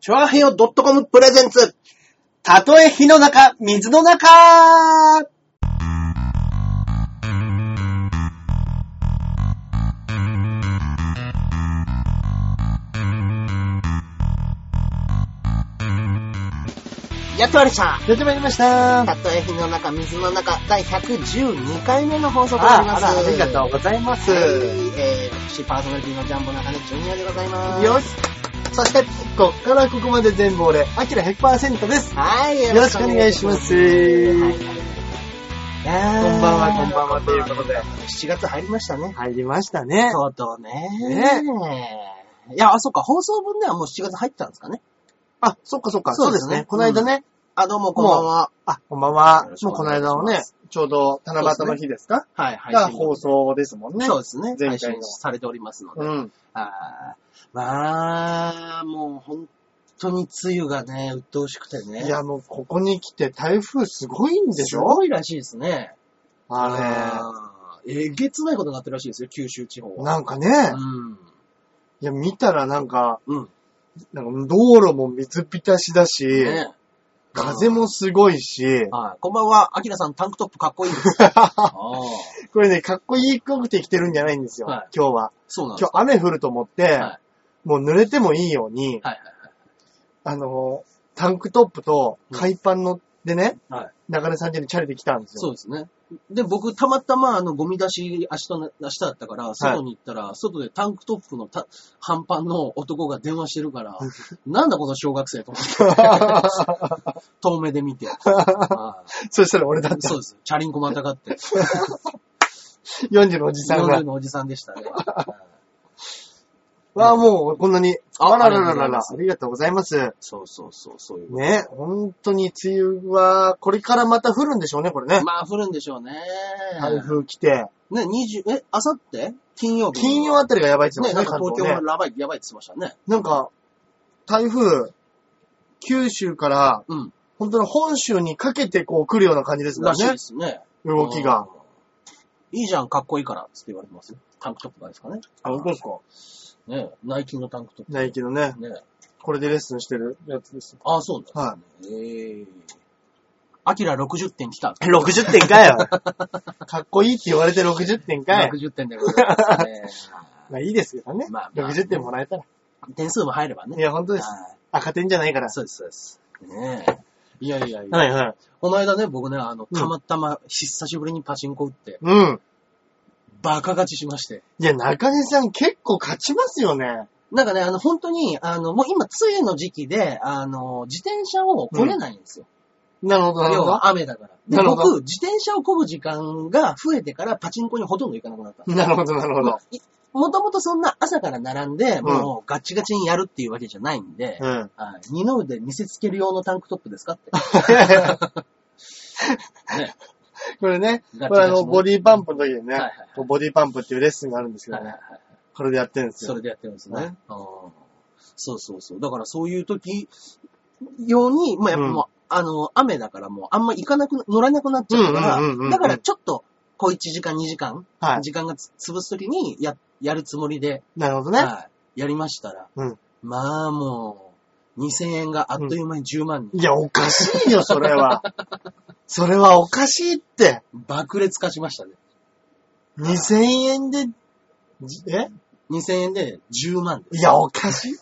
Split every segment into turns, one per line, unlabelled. チョアヘヨ .com プレゼンツ。たとえ火の中、水の中やってまいりました。
やってまいりました。
たとえ火の中、水の中、第112回目の放送となります。
ありがとうございます。
はいえー、私パーソナリティのジャンボ中根ジュニアでございます。
よし。そして、こっからここまで全部俺、アキラ100%です。
はい、
よろしくお願いします。
はい
こ
こ
んばんは、こんばんは、ということで。
7月入りましたね。
入りましたね。
とうとうね。いや、あ、そっか、放送分ではもう7月入ってたんですかね。
あ、そっかそっか、
そ
そうう
で
ですす
ね
ね。この間ね、
あ、どうも、こんばんは。
あ、こんばんは
よろ。しく
もう
お
この
願いします
間のね、ちょうど七夕の日ですか
はい、は
が放送ですもんね。
そうですね。
前
配
回の
信されておりますので。
うん。
あーまあ、もう本当に梅雨がね、鬱陶しくてね。
いや、もうここに来て台風すごいんでし
す
ょ
ごいらしいですね。
あ
れ。えげつないことになってるらしいですよ、九州地方
れ。
は。
なんかね、
うん。
いや、見たらなんか、
うん。
なんか道路も水浸しだし、
ね
風もすごいし、
はい。こんばんは、アキラさんタンクトップかっこいいです。ああ。
これね、かっこいいくて着てるんじゃないんですよ、
はい
今日は。
そうなんで
今
す
日雨降ると思って、
は
もう濡れてもいいよう
は
に、
いはい
あの、タンクトップと海パンの、でね、
はい
中根さん家にチャリで来たんです
そう
よ。
ですね。で、僕、たまたま、あの、ゴミ出し、明日の、明日だったから、外に行ったら、外でタンクトップのた半パンの男が電話してるから、なんだこの小学生と思 って、遠目で見て。は
そしたら俺だっ
い
た。
そうです。チャリンコまたがって、
40のおじさんが
40。のおじさんでしたね。
わあ、もうこんなに。
あ
あらららら
ありがとうござい
ら
ま
あ
す
りがとうございます。
そうそうそう、そういう。
ね、本当に梅雨は、これからまた降るんでしょうね、これね。
まあ、降るんでしょうね。
台風来て。
ね、20、え、あさって金曜日。
金曜あたりがやばいって言
ね、
っ
な
てま
ん
し
か
たね、
東京
関東ね
はやばい、やばいって言ってましたね。
なんか、台風、九州から、
うん。
本当の本州にかけてこう来るような感じですから
らしい
ね
で。すね。
動きが。
うん。いいじゃん、かっこいいから、つって言われてますよ。タンクトップがですかね。
あ、本当ですか
ねナイキのタンクトップ。
ないけどね。
ね
これでレッスンしてるやつです。
ああ、そうなんですね。ええアキラ60点来た。
60点かよ。 かっこいいって言われて60点かよ。
60点でございますね
まあいいですけどね。
まあまあ
60点もらえたら。
点数も入ればね。
いや、本当です。
は
赤点じゃないから
い。。そうです、そうです。ねえ。いやいやいや。
はいはい。
この間ね、僕ね、あの、
うん
たまたま、久しぶりにパチンコ打って、
うん。
バカ勝ちしまして。
いや、中根さん結構勝ちますよね。
なんかね、あの、本当に、あの、もう今、梅雨の時期で、あの、自転車をこれないんですよ。
なるほど、なる
要
ほど。
は雨だから。で、
なるほど
僕、自転車を漕ぐ時間が増えてからパチンコにほとんど行かなくなった。
なるほど、なるほど。
もともとそんな朝から並んで、
ん
もうガチガチにやるっていうわけじゃないんで、
うん。
はい二の腕見せつける用のタンクトップですか って。ね
これね、
ガチガチの
これあの、ボディパンプの時にね、
はいはい
こうボディパンプっていうレッスンがあるんですけど
はい
ね、
はいはい
これでやってるんです
そ
よ。
れでやってるんですね。
ね
うんそうそうそう。だからそういう時用に、まあやっぱもう、あの、雨だからもうあんま行かなく、乗らなくなっちゃうから、
うんうんうんうん
だからちょっと、こう1時間2時間、
はい。
時間がつ潰す時にや、やるつもりで、
なるほどね。
はいやりましたら、
うん
まあもう、2000円があっという間に10万
い
に
や、おかしいよ、そ れは。それはおかしいって。
爆裂化しましたね。
2000円で、じえ
2000円で10万で
いや、おかしい。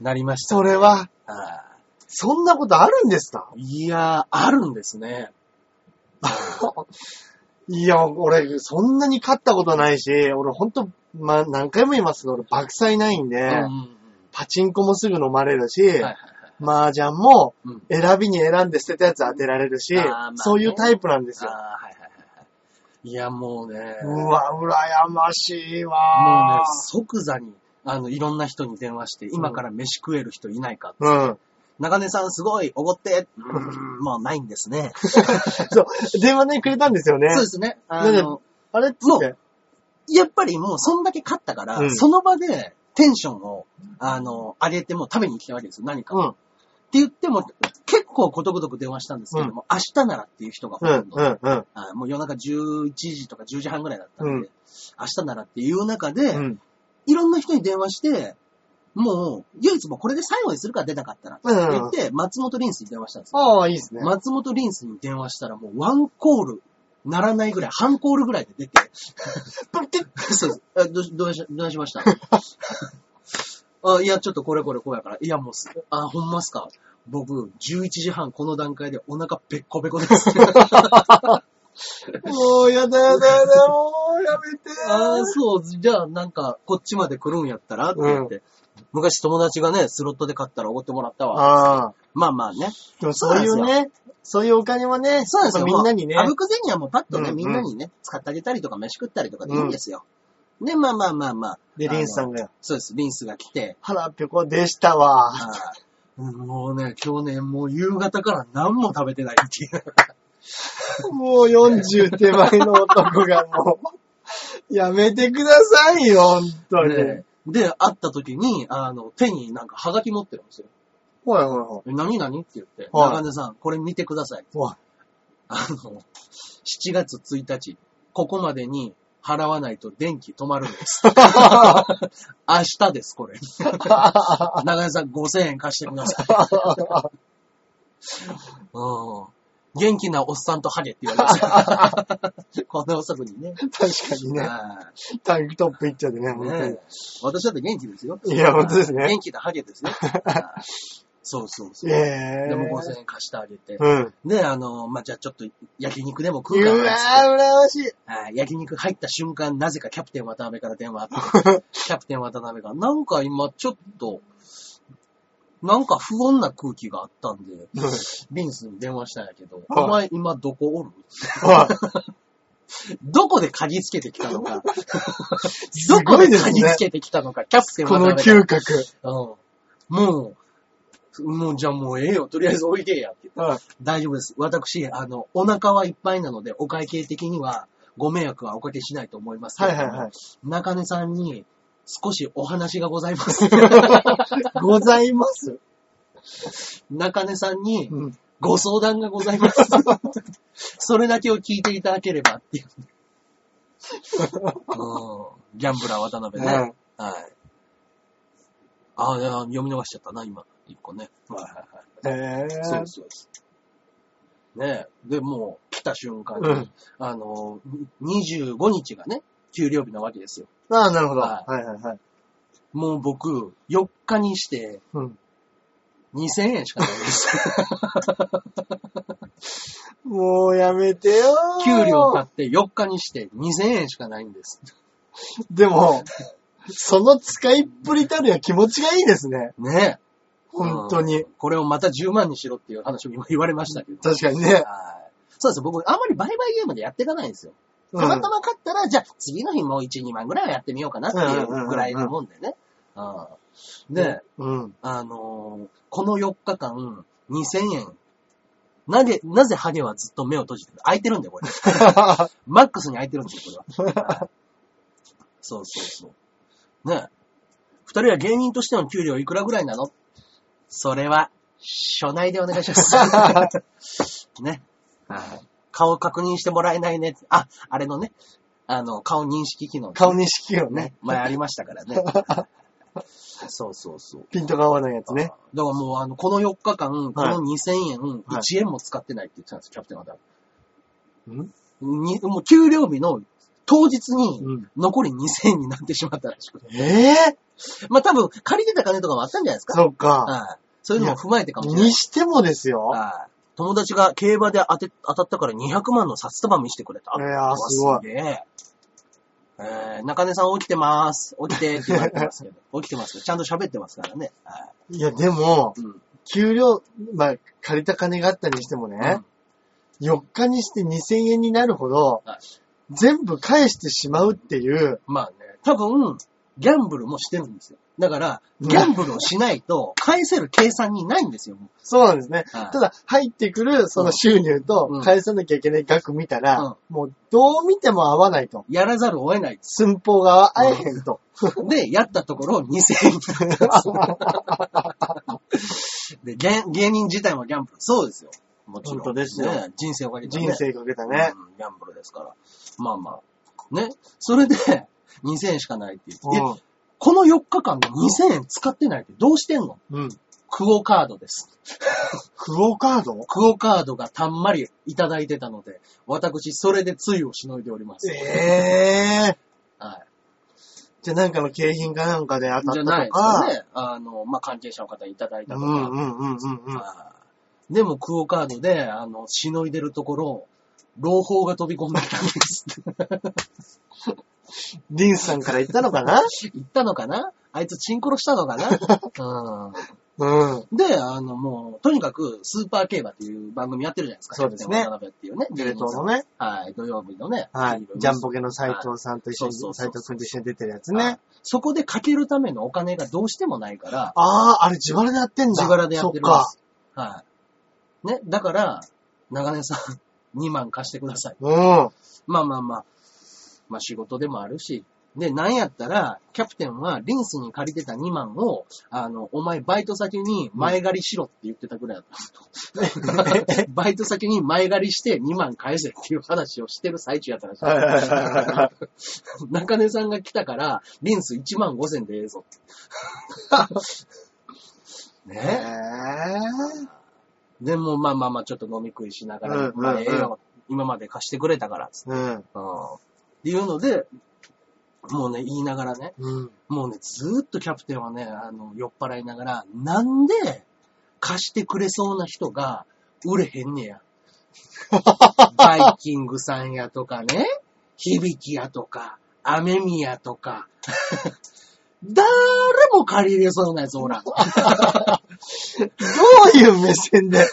なりました、
それは、
は
そんなことあるんですか
い。いやー、あるんですね。
いや、俺、そんなに勝ったことないし、俺ほんと、まあ、何回も言いますけど、俺、爆災ないんで、
うんうん
パチンコもすぐ飲まれるし、
うんはいはいはい
麻雀も
うん
選びに選んで捨てたやつ当てられるし、
あーまあね
そういうタイプなんです
あー
よ。
はいはいはいはい。いや、もうね、
う
もうね、
わ、羨ましいわ
即座に、あの、いろんな人に電話して、今から飯食える人いないか。
ー。うん。
中根さんすごい、おごって、うーん、もうないんですね。
そう、電話ね、くれたんですよね
そう。ですね。あ
なん
の
か、あれっつって。
やっぱりもうそんだけ勝ったから、
うん
その場でテンションを、あの、上げてもう食べに行きたいわけですよ、何か。
う
っ
ん。
て言っても、結構ことごとく電話したんですけども、明日ならっていう人がほと
うん
ん、ど、
うん、うん。
あもう夜中11時とか10時半ぐらいだったんで、
うん
明日ならっていう中で、
うん
いろんな人に電話して、もう、唯一もうこれで最後にするから出なかったら。って
うん
言って、松本リンスに電話したんですよ。
ああ、いいですね。
松本リンスに電話したらもうワンコール、ならないぐらい、半コールぐらいで出て、そうです。えどうし、どうし、どうしました あ、いや、ちょっとこれこれこうやから。いや、もうす、あ、ほんますか。僕、11時半この段階でお腹ペッコペコです。
もう、やだやだやだ、もう、やめて
ああ、そう、じゃあなんか、こっちまで来るんやったらって言って、昔友達がね、スロットで買ったらおごってもらったわ。
ああ。
まあまあね。
でもそういうね、そういうお金はね、
そうなんですよ。
やっぱみんなにね
もうあ。ぶく銭はもうパッとね、
うんうん
みんなにね、使ってあげたりとか、飯食ったりとかでいいんですよ。ね、まあまあまあまあ。
で、リンスさ
あの
んが、
そうです、リンスが来 て、
腹ペコでしたわ。
あーもうね、去年もう夕方から何も食べてないっていう。
もう40手前の男がもう、やめてくださいよ、本当に。
で、で会った時に、あの、手になんかハガキ持ってるんですよ。
ほらほらほ
え何何って言って、
はい
中根さん、これ見てください。
ら。わ
あの、7月1日、ここまでに払わないと電気止まるん です。明日です、これ。長井さん5000円貸してください。うん元気なおっさんとハゲって言われました。こんな遅くにね。
確かにね、
は
タンクトップ一丁でね、
い
本
ね私だって元気ですよ。
当に。いや、本当ですね
元。気なハゲですね。はいそうそうそう。
え
で
え
も5000円貸してあげて。
うん。
で、あの、まあ、じゃあちょっと焼肉でも食う
う
か
わ
なっつって。
ー、羨ましい。
はい焼肉入った瞬間、なぜかキャプテン渡辺から電話あ って、キャプテン渡辺が、なんか今ちょっと、なんか不穏な空気があったんで、リンスに電話したんやけど、
はい
お前今どこおる
はい
どこで鍵つけてきたのか、ど
す
こ
ごい
で
です
鍵
ね
つ。けてきたのか、キャプテン
こ
渡
の
辺が。
嗅覚。
うん。もう、もうじゃあもうええよ、とりあえずおいでやって言って。
はい
大丈夫です。私、あの、お腹はいっぱいなので、お会計的にはご迷惑はおかけしないと思いますけ
は
れ
い
ども、
はいはい。
中根さんに少しお話がござい ます。
ございます。
中根さんに
うん。
ご相談がござい ます。それだけを聞いていただければって いう。うんギャンブラー渡辺ね。
うん
はい。ああ、いや読み逃しちゃったな、今。一個ね。はいはいはい。
え
そう
ー
です、そうです。ねえ。で、もう、来た瞬間に、
うん
あの、25日がね、給料日なわけですよ。
ああ、なるほど。は
はい
はいはい。
もう僕、4日にして、
うん。
2000円しかない です。
もうやめてよー
給料買って4日にして2000円しかないんです。
でも、その使いっぷりたるや気持ちがいいですね。
ねえ。
本当に
うん。これをまた10万にしろっていう話も今言われましたけど。
確かにね。
はいそうです。僕、あんまり売買ゲームでやっていかないんですよ。たまたま勝ったら、じゃあ次の日もう1、2万ぐらいはやってみようかなっていうぐらいのもんでね。うんで、
うん。
あのーこの4日間、2000円。なぜ、なぜハゲはずっと目を閉じてる開いてるんだよ、これ。マックスに開いてるんですよ、これは。はい そうそうそう。ねえ。二人は芸人としての給料いくらぐらいなのそれは、署内でお願いし ます。ね。はい顔確認してもらえないね。あ、あれのね、あの、顔認識機能、
顔認識をね
ね、。前ありましたからね。 そうそうそう。
ピントが合わないやつね。
だからもう、あの、この4日間、この2000円、
はい
1円も使ってないって言ってたんですよ、キャプテンは。
ん
に、もう給料日の当日に
うん、
残り2000円になってしまったらしくて。
ええ
まあ多分、借りてた金とかもあったんじゃないですか。
そっか。
はい。そういうのも踏まえてかもしれない
に。してもですよ。
はい。友達が競馬で当て、当たったから200万の札束見せてくれた。
いやー
うわ
すごい
すげえ。えー、中根さん起きてます。起きてって言われてますけど。 起きてますけど、ちゃんと喋ってますからね。はい
や、でも
い。、うん。
給料、まあ、借りた金があったにしてもね、4日にして2000円になるほど
はい、
全部返してしまうっていう、
まあね、多分、ギャンブルもしてるんですよ。だから、
うん
ギャンブルをしないと、返せる計算にないんですよ。も
そうなんですね。
はい
ただ、入ってくるその収入
う
と
ん
返さなきゃいけない額見たら、
うん
もうどう見ても合わないと。
うやらざるを得ないです。
寸法が合えへんと。
で、やったところ2000円になったんですよで芸。芸人自体もギャンブル。そうですよ。もちろん。
本当ですよ
ね人生をかけて、ね。
人生かけたね。
うんギャンブルですから。まあまあ。ね。それで、2000円しかないって言って、
うん
いやこの4日間で2000円使ってないってどうしてんの
うん。
クオカードです。
クオカード
クオカードがたんまりいただいてたので、私、それでついをしのいでおります。
ええー。
はい。
じゃあなんかの景品かなんかで当
じ
た
ゃ
っ
な
た
い
と
ですよね。
か。
あの、まあ、関係者の方にいただいた
う
と
ん
か。
うんうんうんうん。
あーでも、クオカードで、あの、しのいでるところ、朗報が飛び込んできたん です
リンスさんから言ったのかな
言ったのかなあいつチンコロしたのかな、
うん。
うん、で、あの、もう、とにかく、スーパー競馬っていう番組やってるじゃないですか。
そうです
キャプテン
ね
渡辺っていうね。
ゲレトのね。
はい、土曜日のね。
はい。ジャンポケの斎
は
藤さんと一
そ
緒
う
に、
そうそ
斎
う
藤くんと一緒に出てるやつ
いは
ね
い。そこでかけるためのお金がどうしてもないから、
ああ、あれ自腹でやってんだ。
自腹でやってるんで
そっか。
す。はい。ね、だから、長年さん、2万貸してください。
うん。
まあまあまあ、まあ仕事でもあるし。で、なんやったら、キャプテンはリンスに借りてた2万を、あの、お前バイト先に前借りしろって言ってたぐらいだった、 バイト先に前借りして2万返せっていう話をしてる最中やったらしい
はいはいはいはいはい
中根さんが来たから、リンス1万5千でええぞって。
え
ねでもまあまあまあ、ちょっと飲み食いしながら、
うんうんうん
まあええよ今まで貸してくれたから、つって。
えー。
うんっていうので、もうね、言いながらね、
うん。うん。
もうね、ずーっとキャプテンはね、あの、酔っ払いながら、なんで貸してくれそうな人が売れへんねや。バイキングさんやとかね、響きやとか、アメミやとか、誰も借りれそうなやつおらん。
どういう目線で。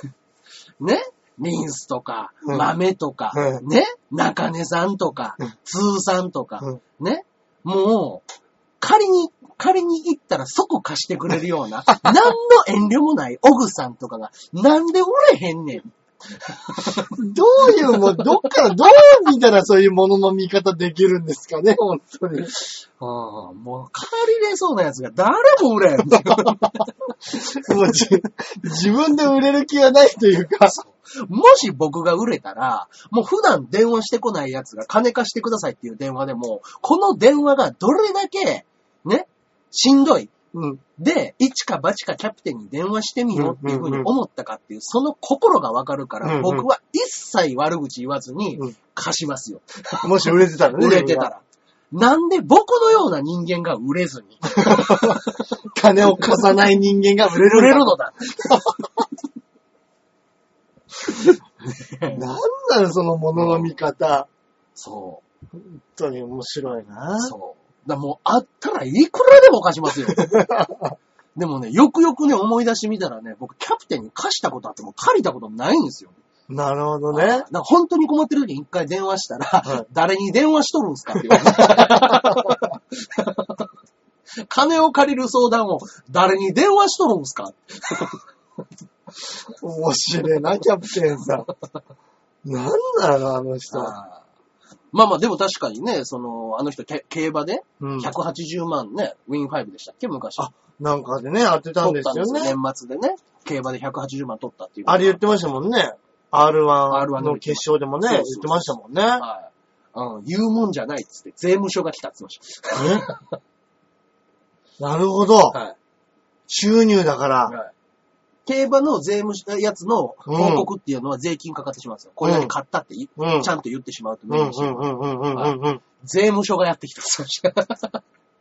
ね、リンスとか、
うん
豆とか、
う
ね、中根さんとか、
うん
通さんとか、
うん
ね、もう、仮に、仮に行ったら即貸してくれるよ うな、何の遠慮もないオグさんとかが、なんでおれへんねん。
どういう、もう、どっから、どう見たらそういうものの見方できるんですかね、本当に。
ああもう、借りれそうなやつが誰も 売れへん。
もうじ自分で売れる気がないというか。
もし僕が売れたら、もう普段電話してこないやつが金貸してくださいっていう電話でも、この電話がどれだけ、ね、しんどい、
うん。
で、一か八かキャプテンに電話してみようっていうふうに思ったかっていう、その心がわかるか
うんう
ら、
ん
僕は一切悪口言わずに
うん
貸しますよ。
もし売れてたらね。
売れてたら。なんで僕のような人間が売れずに、
金を貸さない人間が売れる。
売れるのだ。
なんなの、そのものの見方。
そ。
本当に面白いうな。
そう。だからもうあったらいくらでも貸し ますよ。でもね、よくよくね、思い出してみたらね、僕キャプテンに貸したことあっても借りたことないんですよ。
なるほど
だ
ね
か。ら本当に困ってる時に一回電話したら、
はい
誰に電話しとるんすかって言われ て金を借りる相談を誰に電話しとるんすか
面白いな、キャプテンさ ん。なんなの、あの人。
あーまあまあ、でも確かにね、その、あの人、け競馬で
うん。
180万ね、ウィンファイブでしたっけ昔。
あなんかでね、当てたん
取
で
っ
す
たんで
よ
すよ、
ね。
年末でね。競馬で180万取ったっていう。
あれ言ってましたもんね。R1
R1
の決勝でもね、
そうそう
言っ
そう
てましたもんね。
はい。うん、言うもんじゃないっつって、税務署が来たっつってまし
え なるほど
た。。はい。
収入だから。
はい競馬の税務署、やつの報告っていうのは税金かかってしまうんですよ。これだけ買ったってい、
うん。
ちゃんと言ってしまうと
う
無
んう
理
ん
にして
うんうんうんうんうん。
税務署がやってきたそうです。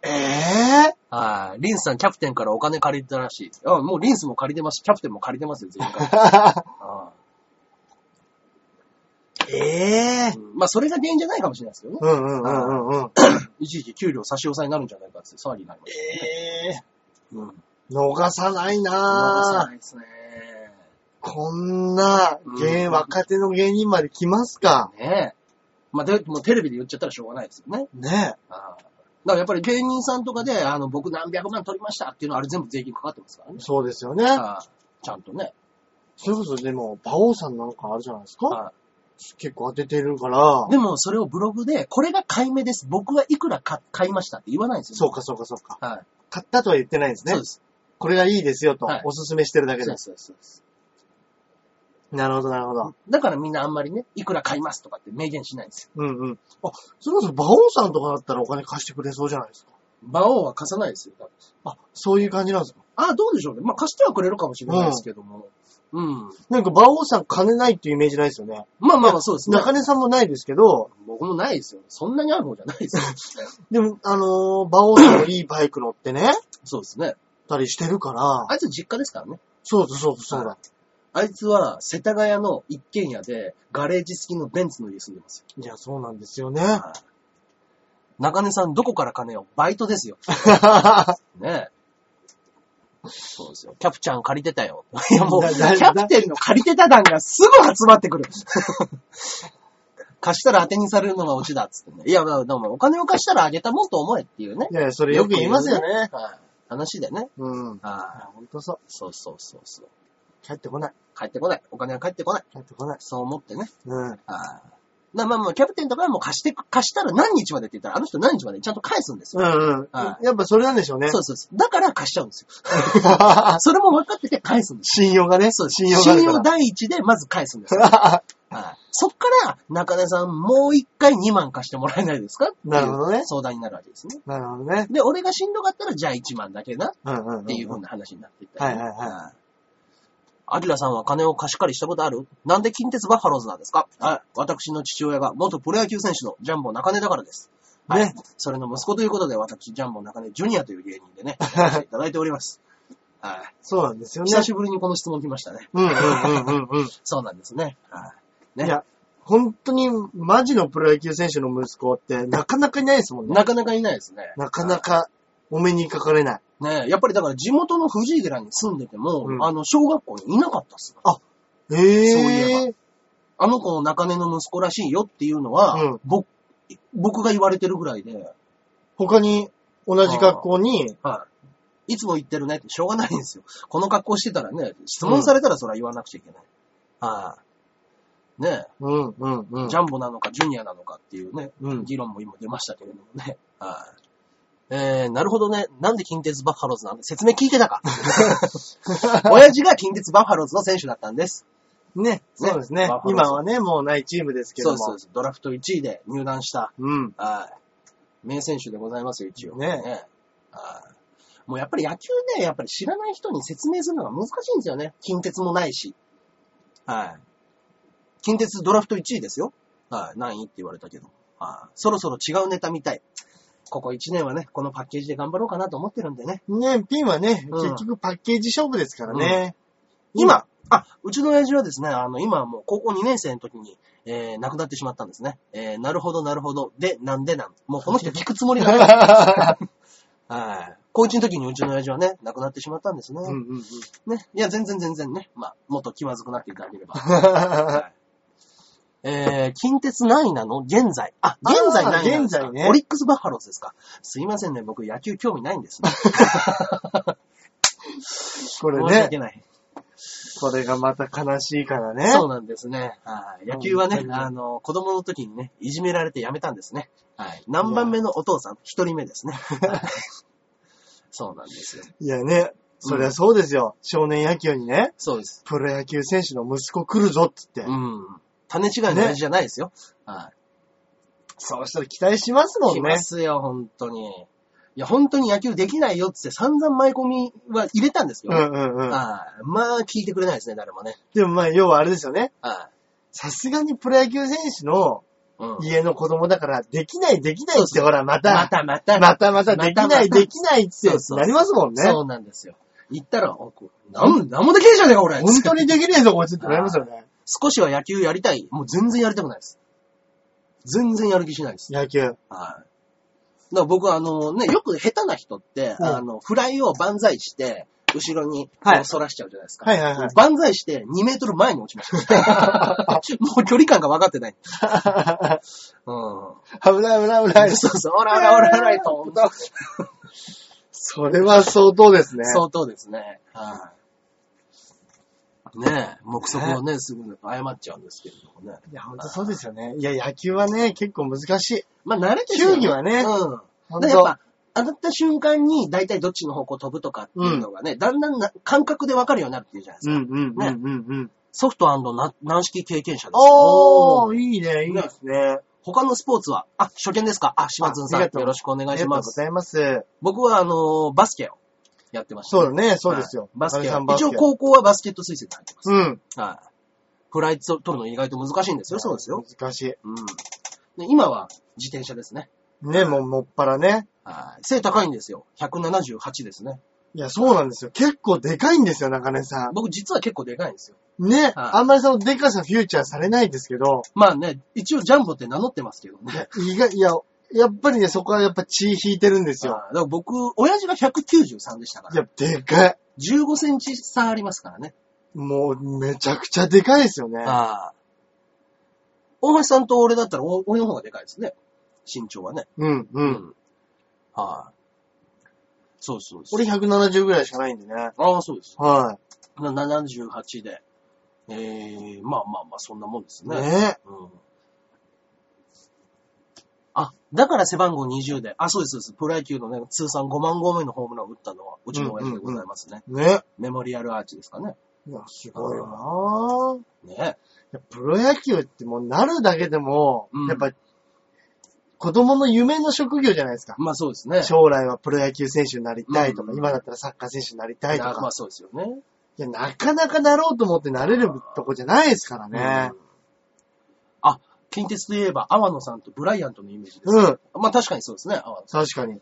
ええ
はい。リンスさん、キャプテンからお金借りてたらしい。あもうリンスも借りてますし、キャプテンも借りてますよ、 全員から。あ
ええ
あうんまあ、それが原因じゃないかもしれないですけどね。
うんうんうんうんうん。
一時期給料差し押さえになるんじゃないかって騒ぎになりまし
ええ
た。うん。
逃さない
逃さ
なぁ。
ないですね。
こんな芸、
うん
若手の芸人まで来ますか。
ねえ。まあ、でもうテレビで言っちゃったらしょうがないですよね。
ね
ああだからやっぱり芸人さんとかで、あの、僕何百万取りましたっていうのはあれ全部税金かかってますからね。
そうですよね。
ああちゃんとね。
それこそでも、馬王さんなんかあるじゃないですか。
はい
結構当ててるから。
でも、それをブログで、これが買い目です。僕はいくらか買いましたって言わないんですよ。
そうかそうかそうか。
はい。
買ったとは言ってないんですね
そうで。す。
これがいいですよと
はい、
おすすめしてるだけ
そう
で。
ですす。そうですそうです。
なるほどなるほど。
だからみんなあんまりね、いくら買いますとかって明言しないんですよ。
うんうん。あ、それこそ馬王さんとかだったらお金貸してくれそうじゃないですか。
馬王は貸さないですよ、多分
あ、そういう感じなんですか
ああ、どうでしょうね。まあ貸してはくれるかもしれないですけども。うん。
なんか、馬王さん金ないっていうイメージないですよね。
まあまあまあ、そうですね。
中根さんもないですけど、
僕もないですよ。そんなにある方じゃないですよ。
でも、あのー、馬王さんもいいバイク乗ってね、
そうですね。
たりしてるから、
あいつ実家ですからね。
そうだそうだそうだ。
あいつは世田谷の一軒家でガレージ付きのベンツの家住んでますよ。
いや、そうなんですよね。
中根さん、どこから金をバイトですよ。ねえ。そうですよ。キャプちゃん借りてたよ。いやもう、キ
だだ
ャプテンの借りてた団がすぐ集まってくる。貸したら当てにされるのがオチだっつってね。いや、まあでもお金を貸したらあげたもんと思えっていうね
い。やいや、それよく言いますよね。
ね。はい話でね。
うん。
ああ、
ほんとそう。
そうそうそうそう。
帰ってこない。
帰ってこない。お金は帰ってこない。
帰ってこない。
そう思ってね。
うん。
ああ。まあまあまあ、キャプテンとかはもう貸して、貸したら何日までって言ったら、あの人何日までちゃんと返すんですよ。
うんうん
は。
やっぱそれなんでしょうね。
そうそうそう。だから貸しちゃうんですよ。それも分かってて返すんです
信用がね。
そう
信用があ
信
るか
用
ら。
第一でまず返すんです よ。はいそっから、中根さん、もう一回2万貸してもらえないですかっていう
なるほどね
相談になるわけですね。
なるほどね。
で、俺がしんどかったら、じゃあ1万だけなっ
うんうんうん。
ていう風な話になっていった
はい
りね、
はいはい。
い。アキラさんは金を貸し借りしたことあるなんで近鉄バファローズなんですかはい。私の父親が元プロ野球選手のジャンボ中根だからです。はい。
ね
それの息子ということで、私、ジャンボ中根ジュニアという芸人 でね、やらせていただいております。はい。
そうなんですよね。
久しぶりにこの質問来ましたね。
うんうんうんうんうん。
そうなんですね。はい。ね。
いや、本当にマジのプロ野球選手の息子ってなかなかいないですもんね。
なかなかいないですね。
なかなかお目にかかれない。
ねやっぱりだから地元の藤井寺に住んでても、
うん
あの、小学校にいなかったっすよ。
え
そうい
え。
あの子の中根の息子らしいよっていうのは、
うん
ぼ僕が言われてるぐらいで、
他に同じ学校に、
はい。いつも言ってるねってしょうがないんですよ。この格好してたらね、質問されたらそれは言わなくちゃいけない。はい。ね
うんうんう
え、
ん
ジ。ャンボなのかジュニアなのかっていうね、
うん
議論も今出ましたけれどもね。はい。えー、なるほどね。なんで近鉄バッファローズなんで説明聞いてた か。親父が近鉄バッファローズの選手だったんです。
ね、そうですね
バファローズ
今はね、もうないチームですけ
そ
ど
う
も。
ですそうです。ドラフト1位で入団した、
うん。
はい。名選手でございますよ、一応。
ねえ
はいもうやっぱり野球ね、やっぱり知らない人に説明するのが難しいんですよね。近鉄もないし。はい。近鉄ドラフト1位ですよ。はい。何位って言われたけど。はい。そろそろ違うネタ見たい。ここ1年はね、このパッケージで頑張ろうかなと思ってるんでね。
ね、ピンはね、
うん
結局パッケージ勝負ですからね。
今、あ、うちの親父はですね、あの、今はもう高校2年生の時に、えー、亡くなってしまったんですね。えー、なるほど、なるほど。で、なんでなん。もうこの人聞くつもりない。 はい。高一の時にうちの親父はね、亡くなってしまったんですね。
うんうんうん。
ね。いや、全然全然ね。まあ、もっと気まずくなっていただければ。はいえー、近鉄何位なの現在。あ、現在何位なんですか
あー現在ね
オリックスバッファローズですか。すいませんね、僕野球興味ないんですね。
これ
申し
ね
訳、ない。
これがまた悲しいからね。
そうなんですね。はい野球はね
本、当に
あの、子供の時にね、いじめられてやめたんですね。はい。何番目のお父さん一人目です ね。はいそうなんですよ。
いやね、そりゃそうですよ。少年野球にね、
そうです。
プロ野球選手の息子来るぞっつって。
うん。種違いの親父じゃないですよ。はい。
そうしたら期待しますも
来
ん
ま
ね。
すよ、本当に。いや、本当に野球できないよって散々舞い込みは入れたんです
う
よ。
んうんうん。
はいまあ、聞いてくれないですね、誰もね。
でもまあ、要はあれですよね。
はい
さすがにプロ野球選手の
うん
家の子供だから、できないできないってほら、また、
またまた。
またまたできない
また
できないって
そうそう
なりますもんね。
そうなんですよ。行ったら、おなん、なんもできねえじゃねえか、俺。
本当にできねえぞ、こいつってなりますよね。
少しは野球やりたい。もう全然やりたくないです。全然やる気しないです。
野球。
はい。だから僕はあのね、よく下手な人って、
うん
あの、フライを万歳して、後ろにこ
はいう
反らしちゃうじゃないですか。
はいはいはい
万歳して2メートル前に落ちま した。もう距離感が分かってない。うん。
危ない危ない危ない。
そうそう、おらおらおらおらと。
それは相当ですね。
相当ですね。はい。ねえ、目測をね、すぐ謝っちゃうんですけれどもね。
いや、本当そうですよね。いや、野球はね、結構難しい。
まあ、慣れてる
球技はね
うん。
本
でやっ
当
ぱ、当たった瞬間に、大体どっちの方向飛ぶとかっていうのがね、だんだんな感覚で分かるようになるっていうじゃないです
う
か。
んうんうんうんうん。
ソフトな軟式経験者ですよ。
おー、いいね、いいですね。
他のスポーツは、あ、初見ですかあ、島津さん。
ああ
よ
りがとう
ろしくお願
あ
いし
りがとうご
ます。
ざいます。
僕は、あの、バスケをやってました。
そうだね、そうですよ
は。いバスケ
アレさん
は。一応高校はバスケット推薦に入ってます。
うん。
はい。フライト取るの意外と難しいんですよ。そうですよ。。
難し
うん。で今は自転車ですね。
い。ね、もう、もっぱらね。
はい。背高いんですよ。178ですね。
いや、そうなんですよ。結構でかいんですよ、中根さ
僕実は結構でかいんですよ。
ん。ね、
はい
あんまりそのでかさフューチャーされないですけど、
まあね、一応ジャンボって名乗ってますけど ね。
意外、いや、やっぱりね、そこはやっぱ血引いてるんですよ。
あーだから僕、親父が193でしたか
い
ら、
や、でかい。
15センチ差ありますからね。
もう、めちゃくちゃでかいですよね。
ああ。大橋さんと俺だったら、お俺の方がでかいですね。身長はね。
うん、う。。
うんはい。そうそうそう。
俺170ぐらいしかないんでね。
ああ、そうです。
は
な78で。ええまあまあまあ、そんなもんです
い。
ね。
ね
うん。あ、だから背番号20で。あ、そうです、そうです。プロ野球のね、通算5万号目のホームランを打ったのは、うちの親父でございますね。
ね。
メモリアルアーチですかね。
いや、すごいよなぁ。
ね
いやプロ野球ってもうなるだけでも、
うん
やっぱ、子供の夢の職業じゃないですか。
まあそうですね。
将来はプロ野球選手になりたいとか、
うん
今だったらサッカー選手になりたいと
なま
か
あ、そうですよね。
いや、なかなかなろうと思ってなれるとこじゃないですからね
う。んあ、近鉄といえば、阿野さんとブライアントのイメージです。
うん、
まあ確かにそうですね、阿野さ
確かに。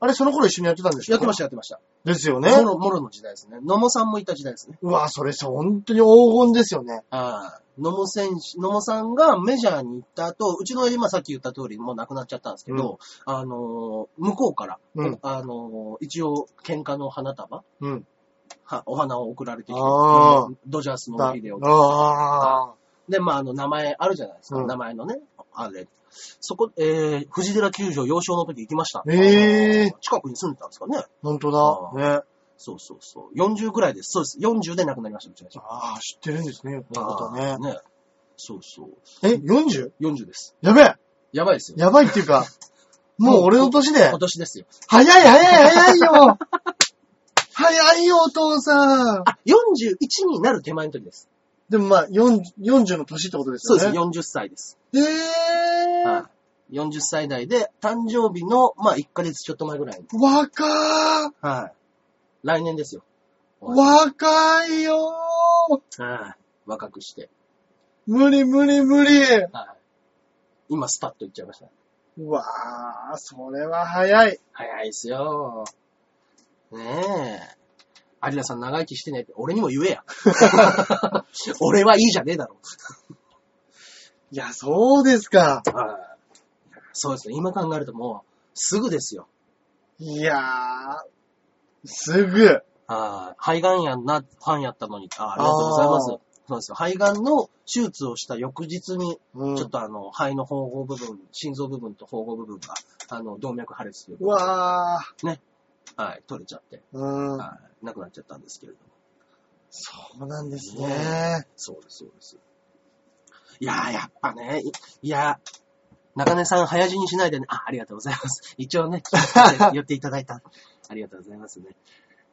あれ、その頃一緒にやってたんでし
ん。
ょ
やってま
し
した、やってました。
た。ですよね。
モロ、モロの時代ですね。野茂さんもいた時代ですね。
うわ、それさ、本当に黄金ですよね。
ああ、野茂選手、野茂さんがメジャーに行った後、うちの今さっき言った通り、もう亡くなっちゃったんですけど、あのー、向こうから、
うん
あのー、一応、喧嘩の花束
うん。
は、お花を送られてきて、
ああ
うんドジャースの
だ
ビデオで。
ああ。
で、まあ、あの、名前あるじゃないですか、
うん
名前のね、あれ。そこ、えー、藤寺球場幼少の時行きました。
ええ
近くに住んでたんですかね。
本当だ。ね。
そうそうそう。40ぐらいです。そうです。40で亡くなりました、うちの父
ああ、知ってるんですね、このことね。
ね。そうそう。
え、40?
40です。
やべえ
やばいですよ。
やばいってい うか、もう俺の年で
今、年ですよ。
早い早い早いよ 早いよ、お父さん
あ、41になる手前の時です。
でもまあ、40 40の年ってことです
そう
よ
です、
ね。
40歳です。
ですえー、
はい。40歳代で、誕生日の、まあ、1ヶ月ちょっと前ぐらいに。
若ー
はい。来年ですよ。
若いよー
はい。若くして。
無理無理無理
はい。今、スパッといっちゃいました。
うわー、それは早い。
早いっすよ。ねえ。有田さん長生きしてねって、俺にも言えや。 俺はいいじゃねえだろ。
いや、そうですか。
そうですね。今考えるともう、すぐですよ。
いやー、すぐ。
はい肺がんやんな、ファンやったのに。あありがとうございます
あ。
そうですよ。肺がんの手術をした翌日に、
うん
ちょっとあの、肺の縫合部分、心臓部分と縫合部分が、あの、動脈破裂という
う
ことで
わー。
はい、取れちゃって、
うん、
はい、亡くなっちゃったんですけれども。
そうなんですね。
そうです、そうです。いやー、やっぱね、いいやー、中根さん早死にしないでね、あ、ありがとうございます。一応ね、 言っていただいた。ありがとうございますね。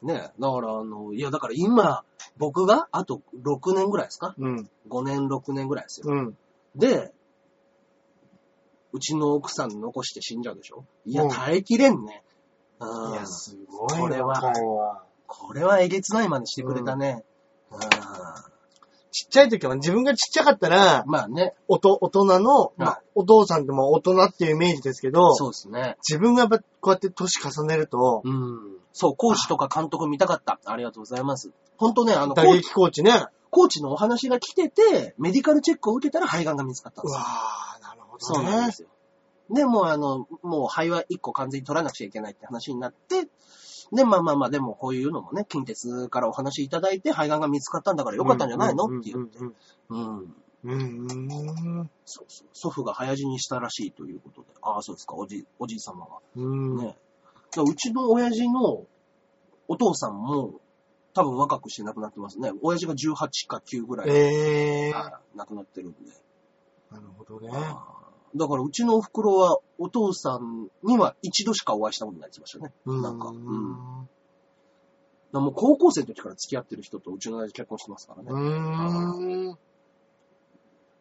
ねえ、だからあの、いや、だから今、僕があと6年ぐらいですか
うん、
?5 年、6年ぐらいですよ。
うん。
で、うちの奥さん残して死んじゃうでしょいや、
うん
耐えきれんね。うん
いや、すごいな
これは
彼は
これはえげつないまでしてくれたね。うん
ちっちゃい時は自分がちっちゃかったら、
まあね、
おと、大人の、ま
は
あ、お父さんでも大人っていうイメージですけど、
そうですね。
自分がやっぱこうやって年重ねると、
うん。そう、コーチとか監督見たかった。ありがとうございます。本当ね、あの、コ
打
ーチ
撃コーチね。うわ
コーチのお話が来てて、メディカルチェックを受けたら肺がんが見つかったんですよ。
ー、なるほ
そうな
ど
んで
ね。
すよ。で、もうあの、もう肺は一個完全に取らなくちゃいけないって話になって、で、まあまあまあ、でもこういうのもね、近鉄からお話いただいて、肺がんが見つかったんだからよかったんじゃないのっていうう。
んうん
うん。
うんうん。うん
そうそう。祖父が早死にしたらしいということで。ああ、そうですか、おじ、おじい様が。
うんうん。
ね。だからうちの親父のお父さんも多分若くして亡くなってますね。親父が18か9ぐらいで
ええー。
はい亡くなってるんで。
なるほどね。
だからうちのお袋はお父さんには一度しかお会いしたことないって言ってましたね。
う
なんかうんだからもう高校生の時から付き合ってる人とうちの親父結婚してますからね。
うん。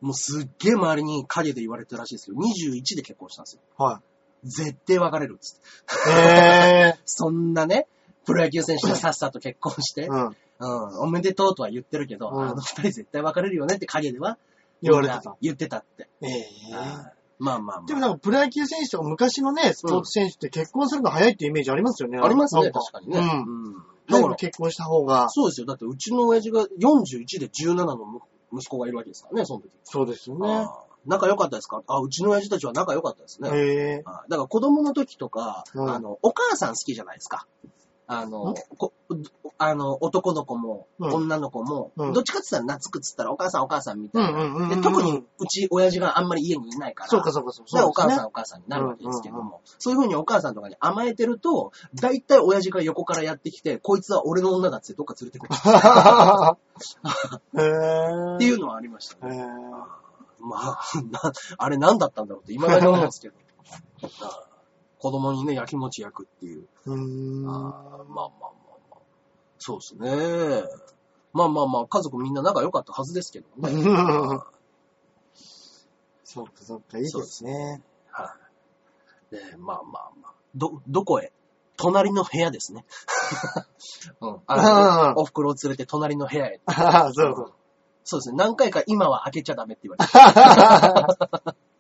もうすっげえ周りに陰で言われてたらしいですけど、21で結婚したんですよ。
は
絶対別れるっつって。
い。へ
そんなね、プロ野球選手がさっさと結婚して
え。、う
う
ん。
ん、おめでとうとは言ってるけど、
うん
あの二人絶対別れるよねって陰では
言われて
みん
た
な。言ってたって。
ええ
はいまあまあま
でもなんかプロ野球選手とか昔のね、スポーツ選手って結婚するの早いってイメージありますよね。
あ。あります
な
ね、
ん
確かにね。
う。
うんん。だ
早
か
く
ら、
結婚した方が。
そうですよ。だってうちの親父が41で17の息子がいるわけですからね、その時。
そうですよね。
あー仲良かったですかあ、うちの親父たちは仲良かったですね。
へえ。
あだから子供の時とか、
うん
あの、お母さん好きじゃないですか。あの
ん、
こあの男の子も、
うん
女の子も、
うん
どっちかって言ったら懐くっつったらお母さんお母さんみ
う
たい
ん
な。
うんうんう
で
ん。
特に。うち親父があんまり家にいないから。
そうかそうかそうか。
だからお母さんお母さん
ん。
になるわけですけども、
うん
そういうふうにお母さんとかに甘えてると、だいたい親父が横からやってきて、こいつは俺の女だっつってどっか連れてくる
へ え。
っていうのはありました
へ
ね。
え。
まあ、 なあれ何だったんだろうって今だに思うんですけど。 あ子供にね、焼きもち焼くっていう。
うーん。
あーまあまあまあまあ。そうですね。まあまあまあ、家族みんな仲良かったはずですけど ね。
うんそっかそっか、いいですね。
はい。で、まあまあまあ。ど、どこへ隣の部屋ですね。 うん。あ
うん
の、お袋を連れて隣の部屋へ。
ああ、 そうそう。
そうですね。何回か今は開けちゃダメって言われて。